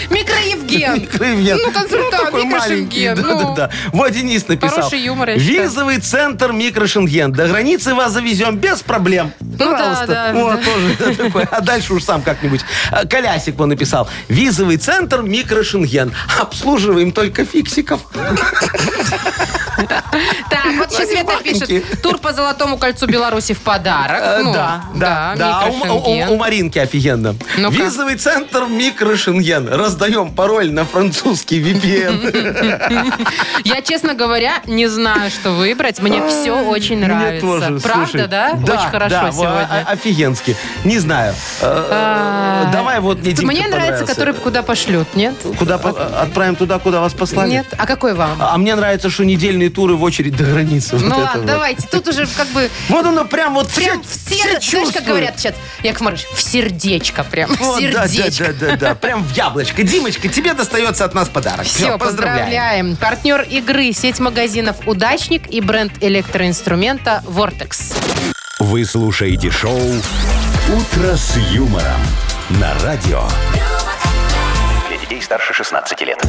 S2: Микроевген.
S3: Микроевген.
S2: Ну, консультант,
S3: такой маленький.
S2: микрошенген,
S3: Да, да,
S2: ну.
S3: да. Вот Денис написал.
S2: Хороший юмор, я считаю.
S3: Визовый центр микрошенген. До границы вас завезем без проблем.
S2: Ну да,
S3: Пожалуйста.
S2: да,
S3: вот тоже [laughs] такое. А дальше уж сам как-нибудь. А, Колясик он написал. Визовый центр микрошенген. Обслуживаем только фиксиков.
S2: Так, вот еще Света
S3: Маленький.
S2: пишет. Тур по Золотому кольцу Беларуси в
S3: Э,
S2: подарок. Ну,
S3: да, да, да. А у-
S2: микрошенген.
S3: У, у Маринки офигенно.
S2: Ну-ка.
S3: Визовый центр микрошенген. Раздаем пароль на французский VPN.
S2: Я, честно говоря, не знаю, что выбрать. Мне все очень
S3: Мне
S2: нравится.
S3: тоже,
S2: Правда,
S3: слушай.
S2: да? Очень хорошо
S3: да, э, во,
S2: сегодня.
S3: о- Офигенски. Не знаю. Э,
S2: А,
S3: Давай вот мне Димка
S2: Мне нравится,
S3: понравился.
S2: который куда пошлют, нет?
S3: Куда по- отправим туда, куда вас послали?
S2: Нет? А какой вам?
S3: А мне нравится, что недельные туры в очередь до границы. Вот
S2: Ну
S3: это
S2: ладно,
S3: вот.
S2: давайте. Тут уже как бы
S3: Вот оно прям вот
S2: прям в
S3: все,
S2: сердце,
S3: все
S2: знаешь, как
S3: чувствует.
S2: говорят сейчас, Яков Маркович, в сердечко прям, в
S3: Вот, да, да,
S2: сердечко.
S3: да, да, да. Прям в яблочко. Димочка, тебе достается от нас подарок.
S2: Все, поздравляем. Партнер игры, сеть магазинов «Удачник» и бренд электроинструмента «Вортекс».
S1: Вы слушаете шоу «Утро с юмором» на радио.
S4: Для детей старше 16 лет.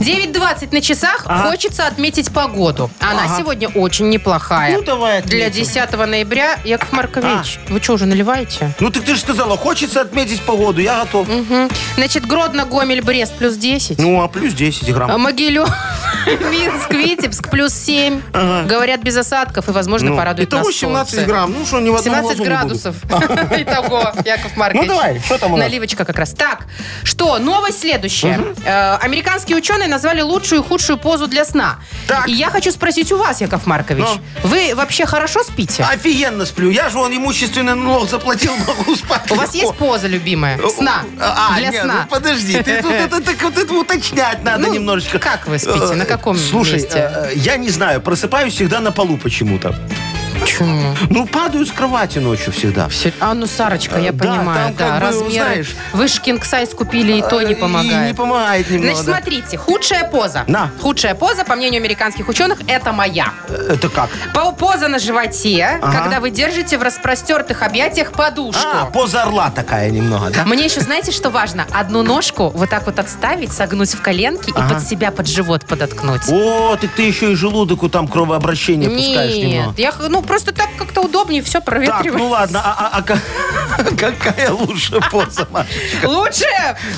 S2: 9.20 на часах.
S3: Ага.
S2: Хочется отметить погоду. Она сегодня очень неплохая.
S3: Ну, давай
S2: Для
S3: отметим. А.
S2: 10 ноября, Яков Маркович, вы что, уже наливаете?
S3: Ну так ты же сказала, хочется отметить погоду, я готов.
S2: Мгм. Значит, Гродно, Гомель, Брест плюс 10.
S3: Ну а плюс 10
S2: А
S3: грамм.
S2: Могилев, [laughs] Минск, Витебск плюс 7. Говорят, без осадков и, возможно, Ну, порадует
S3: Итого
S2: нас
S3: 17
S2: солнце.
S3: Ну, грамм. Ну что, ни в одном
S2: 17
S3: глазу не буду.
S2: градусов.
S3: [laughs]
S2: [laughs] Итого, Яков Маркович.
S3: Ну, давай, что там у нас?
S2: Наливочка как раз. Так, что, новость следующая. Э, Американские ученые назвали лучшую и худшую позу для сна.
S3: Так. Ну.
S2: И я хочу спросить у вас, Яков Маркович, вы вообще хорошо спите?
S3: А Офигенно сплю. Я же вон имущественный налог заплатил, могу спать.
S2: У вас есть
S3: легко.
S2: поза любимая? Сна.
S3: А,
S2: для
S3: не,
S2: сна.
S3: ну подожди, ты тут это, так вот это уточнять надо
S2: Ну,
S3: немножечко.
S2: как вы спите? На каком
S3: Э, Слушай,
S2: месте?
S3: э, э, я не знаю, просыпаюсь всегда на полу почему-то.
S2: Почему?
S3: Ну, падаю с кровати ночью всегда.
S2: Всё- А, ну, Сарочка, я
S3: Э, да,
S2: понимаю,
S3: там
S2: да,
S3: как бы,
S2: размеры.
S3: знаешь- А,
S2: Вы же кинг-сайз купили, и то не
S3: И
S2: помогает.
S3: не помогает немного.
S2: Значит, смотрите, худшая поза.
S3: На.
S2: Худшая поза, по мнению американских ученых, это моя.
S3: да. Э, Это как?
S2: По- Поза на животе,
S3: Ага.
S2: когда вы держите в распростертых объятиях подушку.
S3: А, поза орла такая немного, да?
S2: Мне еще, знаете, что важно? Одну ножку вот так вот отставить, согнуть в коленке и под себя, под живот подоткнуть.
S3: О, так ты еще и желудок там кровообращение пускаешь
S2: Нет,
S3: немного.
S2: я, х- ну просто так как-то удобнее, все
S3: Так,
S2: проветривается.
S3: ну ладно, а, а- а ка- [laughs] какая лучшая поза, Маш?
S2: Лучше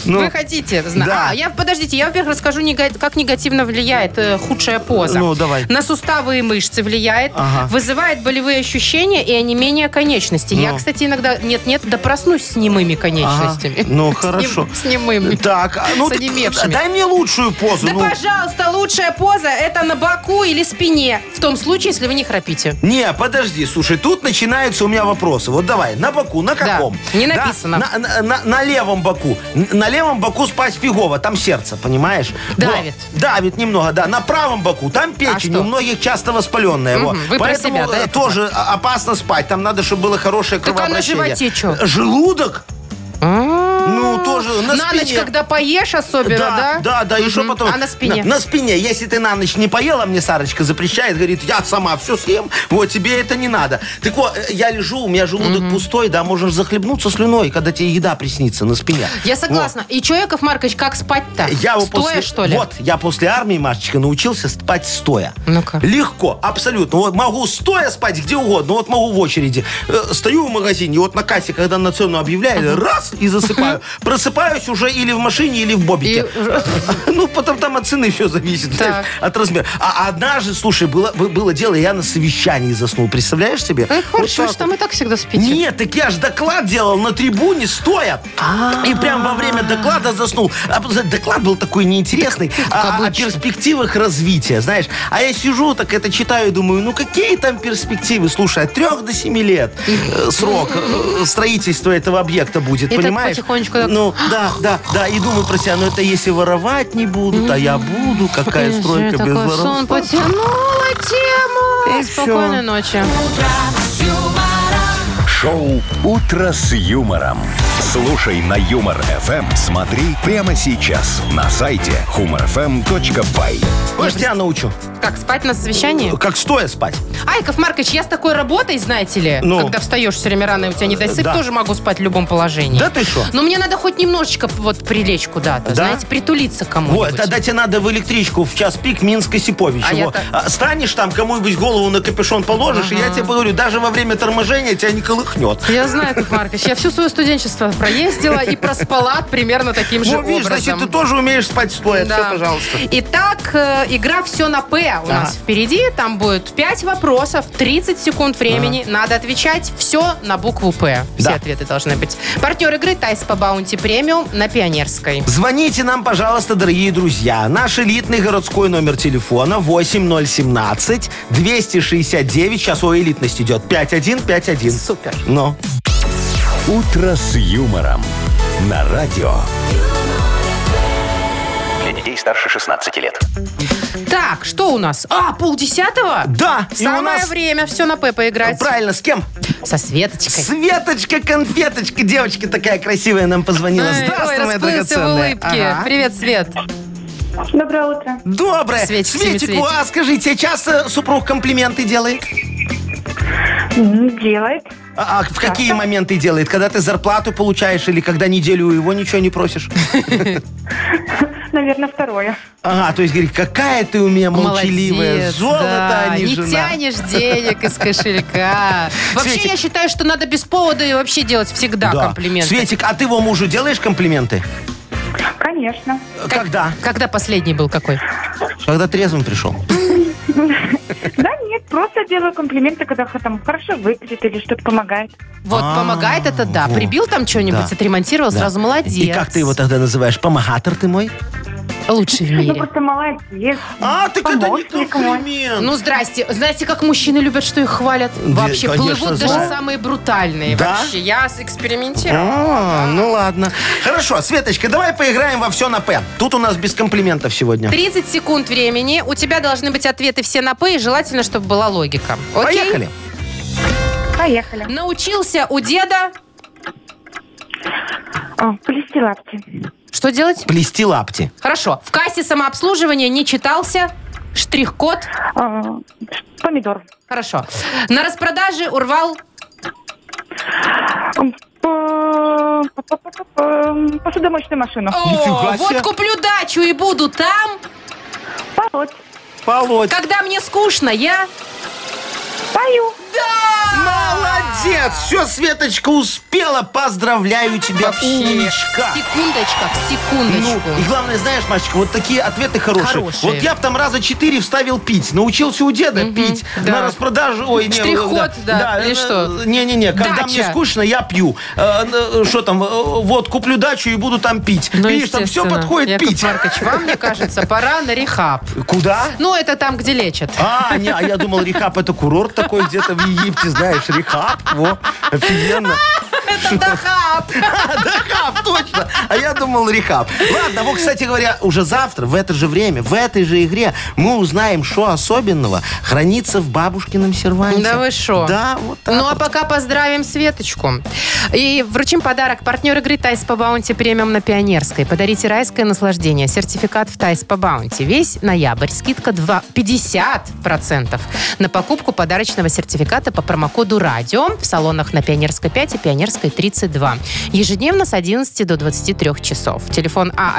S3: Ну,
S2: вы хотите знать.
S3: да.
S2: А, я, подождите, я, во-первых, расскажу, нега- как негативно влияет э, худшая поза.
S3: Ну, давай.
S2: На суставы и мышцы влияет,
S3: Ага.
S2: вызывает болевые ощущения и онемение конечностей. Я,
S3: Ну.
S2: кстати, иногда, нет-нет, да проснусь с немыми конечностями.
S3: Ага,
S2: [laughs]
S3: ну,
S2: С нем-
S3: хорошо.
S2: С немыми.
S3: Так, а, ну
S2: С
S3: так,
S2: онемевшими.
S3: дай мне лучшую позу.
S2: Да,
S3: ну.
S2: пожалуйста, лучшая поза это на боку или спине. В том случае, если вы не храпите.
S3: Не, подожди, слушай, тут начинаются у меня вопросы. Вот давай, на боку, на каком?
S2: не
S3: Да,
S2: написано.
S3: на, на- на- на левом боку. Н- На левом боку спать фигово, там сердце, понимаешь?
S2: Давит. А
S3: Вот, давит немного, да. На правом боку, там печень,
S2: что?
S3: у многих часто воспаленная.
S2: Мгм,
S3: вот.
S2: вы про
S3: Поэтому
S2: себя, да,
S3: э,
S2: Яков
S3: тоже а, опасно спать, там надо, чтобы было хорошее
S2: Так а на
S3: кровообращение.
S2: животе чё? А.
S3: Желудок? Ну, тоже на,
S2: На
S3: спине.
S2: ночь, когда поешь особенно, да?
S3: Да, да, да, и что
S2: Мгм.
S3: потом?
S2: А на спине?
S3: На, на спине. Если ты на ночь не поела, мне Сарочка запрещает, говорит, я сама все съем, вот тебе это не надо. Так вот, э, я лежу, у меня желудок пустой, да, можешь захлебнуться слюной, когда тебе еда приснится на спине.
S2: Я согласна. И что, Яков Маркович, как спать-то?
S3: Я вот
S2: Стоя,
S3: после-
S2: что ли?
S3: Вот, я после армии, Машечка, научился спать стоя.
S2: Ну-ка.
S3: Легко, абсолютно. Вот могу стоя спать где угодно, вот могу в очереди. Э, Стою в магазине, вот на кассе, когда на цену объявляли, раз и засыпаю. Просыпаюсь уже или в машине, или в
S2: И-
S3: бобике. [laughs] Ну, потом там от цены все зависит, знаешь, от размера. А однажды, слушай, было, бы- было дело, я на совещании заснул, представляешь себе?
S2: Яков
S3: Вот
S2: Маркович, вы
S3: так
S2: же там и так всегда спите.
S3: нет, так я же доклад делал на трибуне стоя.
S2: А.
S3: И прям во время доклада заснул. А, за- Доклад был такой неинтересный. а- О
S2: обычно.
S3: перспективах развития, знаешь. А я сижу, так это читаю и думаю, ну какие там перспективы? Слушай, от трех до семи лет э, срок э, строительства этого объекта будет,
S2: И так
S3: понимаешь?
S2: потихонечку так.
S3: Ну, да, да, да. И думаю про себя, ну это если воровать не будут, а я буду. Какая
S2: Ой,
S3: стройка
S2: такой
S3: без
S2: сон
S3: воровства.
S2: потянула тему. Ну, Спокойной ночи.
S1: Шоу «Утро с юмором». Слушай на Юмор ФМ. Смотри прямо сейчас на сайте humorfm.by.
S3: Может, я научу?
S2: Как, спать на совещании?
S3: Как стоя спать?
S2: А, Яков Маркович, я с такой работой, знаете ли,
S3: Ну.
S2: когда встаешь все время рано и у тебя недосып,
S3: Да.
S2: тоже могу спать в любом положении.
S3: Да ты шо?
S2: Но мне надо хоть немножечко вот прилечь куда-то,
S3: Да?
S2: знаете, притулиться к кому-нибудь.
S3: Вот, тогда тебе надо в электричку в час пик Минска Сиповича.
S2: А я
S3: Во.
S2: так-
S3: А Станешь там, кому-нибудь голову на капюшон положишь, и я тебе говорю, даже во время торможения тебя не колыхнет.
S2: Я знаю, Яков Маркович, я всю свое студенчество проездила и проспала примерно таким же
S3: Ну, видишь,
S2: образом.
S3: значит, ты тоже умеешь спать стоя.
S2: Да.
S3: Все, пожалуйста.
S2: Итак, э, игра «Все на П» у нас впереди. Там будет 5 вопросов, 30 секунд времени. Надо отвечать все на букву «П». Все
S3: Да.
S2: ответы должны быть. Партнер игры «Тайс по баунти премиум» на Пионерской.
S3: Звоните нам, пожалуйста, дорогие друзья. Наш элитный городской номер телефона 8017 269. Сейчас о элитность идет. 5151. Супер. Ну.
S1: «Утро с юмором» на радио.
S4: Для детей старше 16 лет.
S2: Так, что у нас? А, полдесятого?
S3: Да, и
S2: Самое
S3: у нас...
S2: время «Все на П» поиграть.
S3: Правильно, с кем?
S2: Со Светочкой.
S3: Светочка, конфеточка, девочка такая красивая нам позвонила.
S2: Ой,
S3: Здравствуй,
S2: ой,
S3: моя
S2: расплылся в
S3: драгоценная.
S2: улыбке.
S3: Ага.
S2: Привет, Свет.
S8: Доброе утро.
S3: Доброе.
S2: Светик,
S3: Светик,
S2: Светик.
S3: э, а скажи, тебе часто супруг комплименты делает?
S8: М, Ну, Делает.
S3: А, а в какие моменты делает? Когда ты зарплату получаешь или когда неделю у его ничего
S2: [laughs]
S3: не просишь?
S8: Наверное, второе.
S3: Ага, то есть говорит, какая ты у меня молчаливая,
S2: Молодец,
S3: золото,
S2: да.
S3: а не,
S2: Не
S3: жена.
S2: тянешь денег из
S3: [laughs]
S2: кошелька. Вообще,
S3: Светик.
S2: я считаю, что надо без повода и вообще делать всегда
S3: Да.
S2: комплименты.
S3: Светик, а ты его мужу делаешь комплименты?
S8: Конечно.
S3: Когда?
S2: Когда последний был какой?
S3: Когда трезвым пришел.
S8: Да нет, просто делаю комплименты, когда х- там хорошо выглядит или что-то помогает.
S2: Вот,
S3: А,
S2: помогает это, да.
S3: вот.
S2: Прибил там что-нибудь,
S3: Да.
S2: отремонтировал,
S3: Да.
S2: Ну, сразу молодец.
S3: И как ты его тогда называешь? Помогатор ты мой?
S2: Лучший в
S8: Ну,
S2: мире.
S8: просто молодец.
S3: А, ты когда не
S8: помощник мой.
S3: комплимент.
S2: Ну, здрасте. Знаете, как мужчины любят, что их хвалят?
S3: Да,
S2: Вообще,
S3: конечно,
S2: плывут даже
S3: знаю.
S2: самые брутальные.
S3: Да?
S2: Вообще, я экспериментировала.
S3: А, ну ладно. Хорошо, Светочка, давай поиграем во все на П. Тут у нас без комплиментов сегодня.
S2: 30 секунд времени. У тебя должны быть ответы все на «П», и желательно, чтобы была логика. Окей?
S3: Поехали.
S8: Поехали.
S2: Научился у деда...
S8: О, плести лапти.
S2: Что делать?
S3: Плести лапти.
S2: Хорошо. В кассе самообслуживания не читался штрих-код.
S8: А, помидор.
S2: Хорошо. На распродаже урвал...
S8: А, М, по- по- по- по- по- по- Посудомоечную машину.
S2: О,
S3: Нифига себе.
S2: вот куплю дачу и буду там.
S8: Полоть.
S3: Полоть.
S2: Когда мне скучно, я...
S8: Пою.
S3: Молодец! Все, Светочка, успела. Поздравляю тебя, умничка.
S2: Секундочка, секундочку.
S3: Ну, и главное, знаешь, Машечка, вот такие ответы хорошие.
S2: Хорошие.
S3: Вот я бы там раза четыре вставил пить. Научился у деда пить.
S2: да.
S3: На распродажу... Ой, не,
S2: Штрих-код, да, или
S3: э,
S2: что?
S3: Не-не-не, когда
S2: Дача.
S3: мне скучно, я пью. Э, э, Что там, э, вот, куплю дачу и буду там пить.
S2: Ну,
S3: Видишь, там все
S2: естественно.
S3: подходит
S2: Яков
S3: пить.
S2: Маркович, вам, мне кажется, пора на рехаб.
S3: Куда?
S2: Ну, это там, где лечат.
S3: А, не, а я думал, рехаб это курорт такой где-то в Египте, знаешь, рехаб, во, офигенно.
S2: Это дахаб.
S3: [laughs] Рехаб, точно. А я думал рехаб. Ладно, вот, кстати говоря, уже завтра, в это же время, в этой же игре мы узнаем, что особенного хранится в бабушкином серванте.
S2: Да вы шо?
S3: Да, вот так.
S2: Ну, а пока поздравим Светочку. И вручим подарок партнер игры «Тайс по баунти» премиум на Пионерской. Подарите райское наслаждение. Сертификат в «Тайс по баунти». Весь ноябрь. Скидка 2, 50% на покупку подарочного сертификата по промокоду «Радио» в салонах на Пионерской 5 и Пионерской 32. Ежедневно с 11 до 23 часов. Телефон А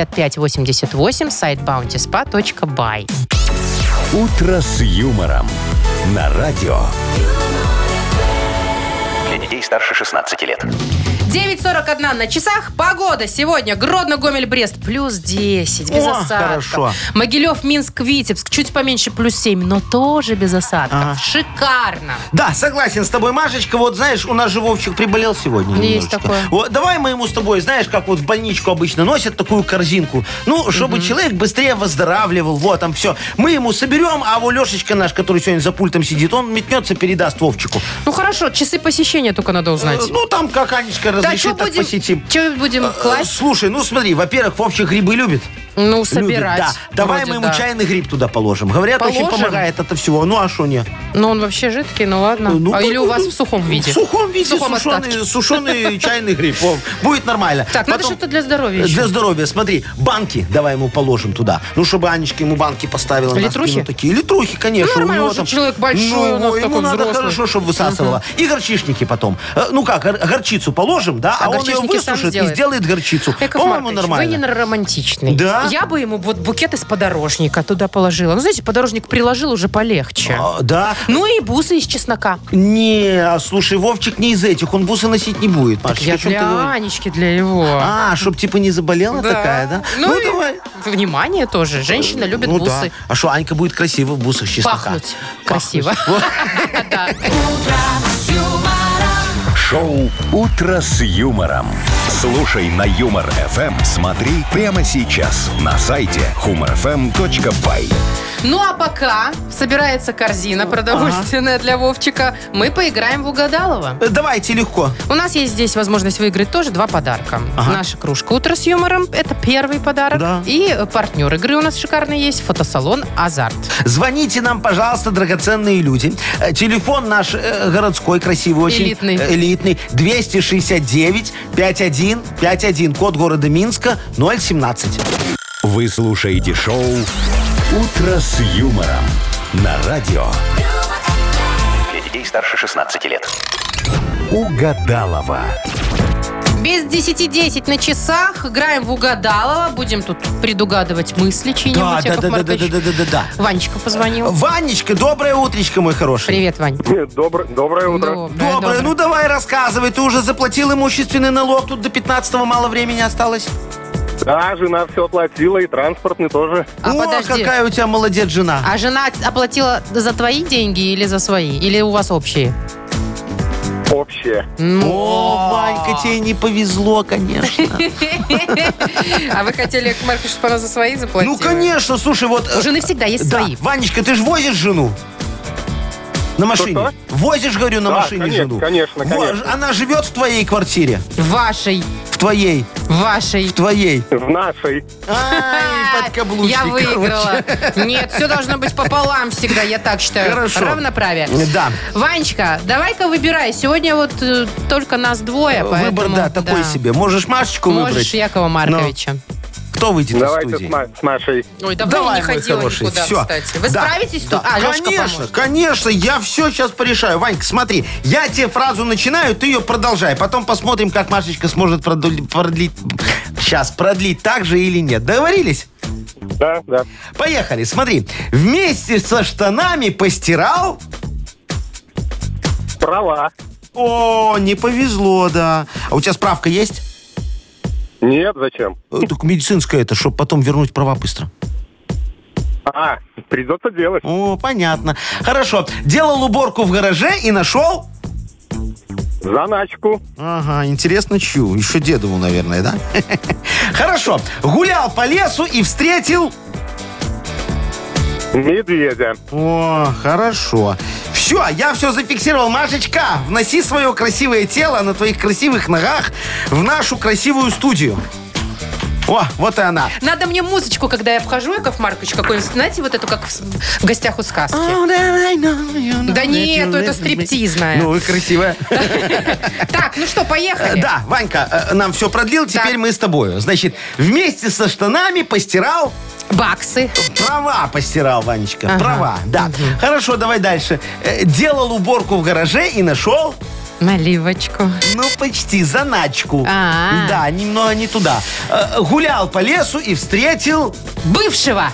S2: А1-125-55-88, сайт bountyspa.by.
S1: «Утро с юмором» на радио.
S4: Для детей старше 16 лет.
S2: 9.41 на часах. Погода сегодня. Гродно, Гомель, Брест. Плюс 10. Без
S3: О,
S2: осадков.
S3: хорошо.
S2: Могилев, Минск, Витебск. Чуть поменьше плюс 7, но тоже без осадков.
S3: Ага.
S2: Шикарно.
S3: Да, согласен с тобой, Машечка. Вот знаешь, у нас же Вовчик приболел сегодня.
S2: Есть
S3: немножечко.
S2: такое.
S3: Вот, давай мы ему с тобой, знаешь, как вот в больничку обычно носят такую корзинку. Ну, чтобы человек быстрее выздоравливал. Вот там все. Мы ему соберем, а вот Лешечка наш, который сегодня за пультом сидит, он метнется, передаст Вовчику.
S2: Ну хорошо, часы посещения только надо узнать.
S3: Э, Ну, там как Анечка разрешит,
S2: что
S3: так посетим.
S2: будем, чё будем
S3: Э,
S2: класть?
S3: Слушай, ну смотри, во-первых, Вовчик грибы любит.
S2: Ну,
S3: Любит,
S2: собирать.
S3: да. Давай
S2: вроде,
S3: мы ему
S2: да.
S3: чайный гриб туда положим. Говорят, очень
S2: Положим?
S3: помогает это всего. Ну а что не?
S2: Ну, он вообще жидкий, ну ладно.
S3: Ну,
S2: а
S3: ну,
S2: или
S3: ну,
S2: у вас
S3: ну,
S2: в сухом виде?
S3: В сухом виде
S2: В сухом остатке.
S3: сушеный,
S2: [laughs]
S3: сушеный чайный гриб. Во, Будет нормально.
S2: Так, надо
S3: Потом-
S2: что-то для здоровья еще.
S3: Для здоровья, смотри, банки давай ему положим туда. Ну, чтобы Анечка ему банки поставила. на
S2: Литрухи?
S3: спину такие. Литрухи, конечно.
S2: Ну, нормально,
S3: у него
S2: уже человек большой, у нас
S3: во, ему
S2: такой
S3: надо
S2: взрослый.
S3: хорошо, чтобы высасывала. И горчичники потом. Э, Ну как, гор- горчицу положим, да,
S2: А
S3: а, он ее
S2: горчичники сам
S3: высушит и
S2: сделает.
S3: сделает горчицу.
S2: Яков
S3: По-моему,
S2: Маркович, вы
S3: нормально.
S2: не романтичный.
S3: Да?
S2: Я бы ему вот букет из подорожника туда положила. Ну, знаете, подорожник приложил уже полегче.
S3: А, Да.
S2: Ну и бусы из чеснока.
S3: Не, а, слушай, Вовчик не из этих, он бусы носить не будет, Машечка,
S2: Я
S3: о чем ты
S2: для
S3: говоришь?
S2: Анечки, для его.
S3: А, чтоб типа не заболела такая, да?
S2: Ну,
S3: Ну,
S2: и
S3: давай.
S2: Внимание тоже. Женщина любит
S3: Ну да.
S2: бусы.
S3: А что, Анька будет красиво в бусах чеснока.
S2: Пахнуть красиво.
S3: Вот.
S2: Да.
S1: Шоу «Утро с юмором». Слушай на Юмор ФМ. Смотри прямо сейчас на сайте humorfm.by.
S2: Ну а пока собирается корзина продовольственная для Вовчика, мы поиграем в угадалово.
S3: Э, Давайте легко.
S2: У нас есть здесь возможность выиграть тоже два подарка.
S3: Ага.
S2: Наша кружка «Утро с юмором» – это первый подарок.
S3: Да.
S2: И э, партнер игры у нас шикарный есть – фотосалон «Азарт».
S3: Звоните нам, пожалуйста, драгоценные люди. Э, Телефон наш э, городской, красивый очень.
S2: Элитный.
S3: Э, Элитный. 269-5151. Код города Минска 017.
S1: Вы слушаете шоу «Утро с юмором» на радио.
S6: юмор.
S4: детей старше 16 лет.
S1: Угадалова.
S2: Без 10-10 на часах играем в угадалово. Будем тут предугадывать мысли чьи-нибудь.
S3: Да, да,
S2: Яков
S3: да, да, да,
S2: Маркович.
S3: да, да, да, да, да.
S2: Ванечка позвонил.
S3: Ванечка, доброе утречко, мой хороший.
S2: Привет, Вань.
S7: Доброе, доброе утро.
S2: Доброе,
S3: Доброе,
S2: доброе.
S3: ну давай рассказывай, ты уже заплатил имущественный налог, тут до 15-го мало времени осталось.
S7: Да, жена все оплатила, и транспортный тоже.
S2: А
S3: О,
S2: подожди.
S3: какая у тебя молодец жена.
S2: А жена от- оплатила за твои деньги или за свои? Или у вас общие?
S7: Общее.
S3: О, Ванька, тебе не повезло,
S2: [laughs]
S3: конечно.
S2: А вы хотели, Яков Маркович, чтобы она за свои заплатила?
S3: Ну, конечно, слушай, вот... э,
S2: У жены всегда есть
S3: Да,
S2: свои.
S3: Ванечка, ты же возишь жену? На машине. Возишь, говорю, на
S7: Да,
S3: машине
S7: конечно,
S3: жену.
S7: конечно, конечно.
S3: Она живет в твоей квартире.
S2: Вашей,
S3: В твоей.
S2: вашей. [laughs]
S3: В твоей.
S7: В нашей.
S3: Ай, подкаблучник,
S2: Я
S3: короче.
S2: выиграла. Нет, все должно быть пополам всегда, я так считаю.
S3: Хорошо.
S2: Равноправие.
S3: Да.
S2: Ванечка, давай-ка выбирай. Сегодня вот э, только нас двое,
S3: Выбор,
S2: поэтому,
S3: да, такой себе. Можешь Машечку
S2: Можешь
S3: выбрать. Ну.
S2: Якова Марковича.
S3: Кто выйдет из
S7: Давайте с,
S3: студии?
S7: Ма- с нашей.
S2: Ой, давно
S3: Давай,
S2: я не
S3: мой
S2: ходила
S3: хороший,
S2: никуда,
S3: всё.
S2: кстати. Вы
S3: Да,
S2: справитесь
S3: да,
S2: тут? А, Лёшка
S3: конечно,
S2: поможет.
S3: конечно, я все сейчас порешаю. Ванька, смотри, я тебе фразу начинаю, ты ее продолжай. Потом посмотрим, как Машечка сможет продули- продлить... Сейчас, продлить так же или нет. Договорились?
S7: Да, да.
S3: Поехали, смотри. Вместе со штанами постирал...
S7: Права.
S3: О, не повезло, да. А у тебя справка есть?
S7: Нет, зачем?
S3: Э, Так медицинская это, чтобы потом вернуть права быстро.
S7: А, придется делать.
S3: О, понятно. Хорошо. Делал уборку в гараже и нашел...
S7: Заначку.
S3: Ага, интересно, чью? Еще дедову, наверное, да? [laughs] Хорошо. Гулял по лесу и встретил...
S7: Медведя.
S3: О, хорошо. Все, я все зафиксировал. Машечка, вноси свое красивое тело на твоих красивых ногах в нашу красивую студию. О, вот и она.
S2: Надо мне музычку, когда я вхожу, Яков Маркович, какую-нибудь, знаете, вот эту, как в, в гостях у сказки.
S3: А. Да
S2: Да нету, это стриптизная.
S3: Ну,
S2: [laughs]
S3: и красивая.
S2: Так, ну что,
S3: Э,
S2: поехали.
S3: Да, Ванька, э, нам все продлил, теперь мы с тобою. Значит, вместе со штанами постирал
S2: Баксы.
S3: Права постирал, Ванечка.
S2: Ага.
S3: Права, да. Хорошо, давай дальше. Э, Делал уборку в гараже и нашел,
S2: Наливочку.
S3: ну, почти заначку.
S2: А-а.
S3: Да, немного не туда. Э, Гулял по лесу и встретил...
S2: Бывшего.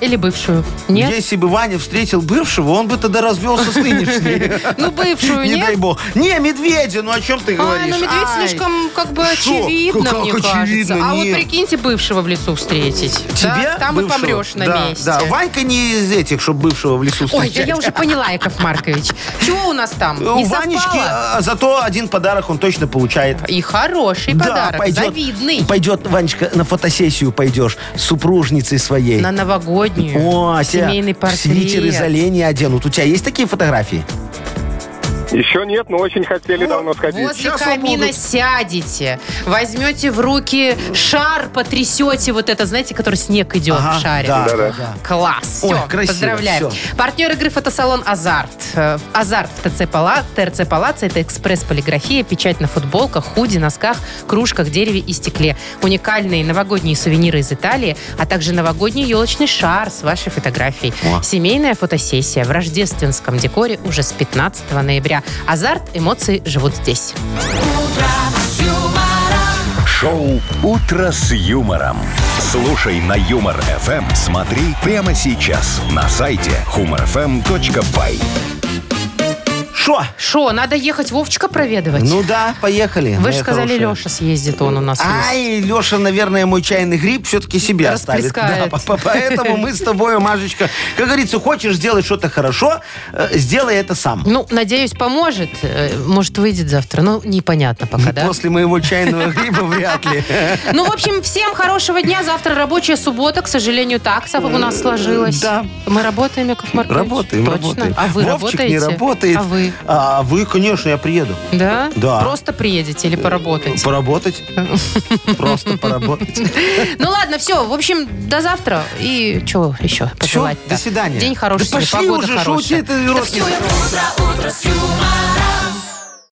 S2: Или бывшую. Нет?
S3: Если бы Ваня встретил бывшего, он бы тогда развелся с нынешней.
S2: [laughs] Ну, бывшую,
S3: Не
S2: нет?
S3: дай бог. Не, медведя, ну о чем ты
S2: А,
S3: говоришь?
S2: ну медведь
S3: Ай.
S2: слишком как бы
S3: Шо?
S2: очевидно,
S3: Как
S2: мне
S3: очевидно?
S2: кажется. А вот
S3: Нет.
S2: прикиньте, бывшего в лесу встретить.
S3: Тебе
S2: Да, Там
S3: бывшего?
S2: и помрешь на
S3: Да,
S2: месте.
S3: Да, Ванька не из этих, чтобы бывшего в лесу
S2: Ой, да
S3: встречать.
S2: я уже поняла, Яков Маркович. Чего у нас там?
S3: У
S2: Не
S3: Ванечки
S2: совпало?
S3: э, зато один подарок он точно получает.
S2: И хороший подарок, завидный.
S3: Пойдет, Ванечка, на фотосессию пойдешь с супружницей своей.
S2: На новогоднюю.
S3: О, а тебя
S2: семейный портрет.
S3: Свитер из оленей оденут. У тебя есть такие фотографии?
S7: Еще нет, но очень хотели давно сходить.
S2: Возле
S3: Сейчас
S2: камина
S3: будут.
S2: сядете, возьмете в руки шар, потрясете вот это, знаете, который снег идет
S3: Ага,
S2: в шаре.
S3: Да, да,
S7: Да-да.
S3: да.
S2: Класс.
S3: Ой,
S2: Все,
S3: красиво,
S2: поздравляем.
S3: всё.
S2: Партнер игры фотосалон «Азарт». Э, «Азарт» в ТЦ «Пала», ТРЦ «Палаца» — это экспресс-полиграфия, печать на футболках, худи, носках, кружках, дереве и стекле. Уникальные новогодние сувениры из Италии, а также новогодний елочный шар с вашей фотографией.
S3: О.
S2: Семейная фотосессия в рождественском декоре уже с 15 ноября. «Азарт» — эмоции живут здесь.
S1: Шоу «Утро с юмором». Слушай на Юмор ФМ. Смотри прямо сейчас на сайте humorfm.by.
S3: Шо?
S2: Шо, надо ехать Вовчика проведывать?
S3: Ну да, поехали.
S2: Вы
S3: моя
S2: же сказали,
S3: хорошая. А,
S2: Леша съездит, он у нас есть.
S3: Ай, Леша, наверное, мой чайный гриб все-таки себе оставит. Да,
S2: Расплескает.
S3: по- по- поэтому мы с тобой, Машечка, как говорится, хочешь сделать что-то хорошо, э, сделай это сам.
S2: Ну, надеюсь, поможет. Э, Может, выйдет завтра. Ну, непонятно пока, да?
S3: После моего чайного гриба вряд ли.
S2: Ну, в общем, всем хорошего дня. Завтра рабочая суббота. К сожалению, так сап- у нас сложилось.
S3: Э, да.
S2: Мы работаем, Яков Маркович?
S3: Работаем,
S2: Точно?
S3: работаем.
S2: А вы
S3: Вовчик
S2: работаете?
S3: не работает.
S2: А вы?
S3: А вы, конечно, я приеду.
S2: Да?
S3: Да. Э,
S2: Просто приедете или поработаете?
S3: Поработать? Просто поработать.
S2: Ну, ладно, все. В общем, до завтра. И что еще
S3: Все,
S2: пожелать
S3: до свидания.
S2: День хороший
S3: Да
S2: сегодня,
S3: пошли
S2: погода
S3: уже, шо у
S2: хорошая.
S3: тебя это рот не
S2: всё, я
S6: Утро, утро с юмором.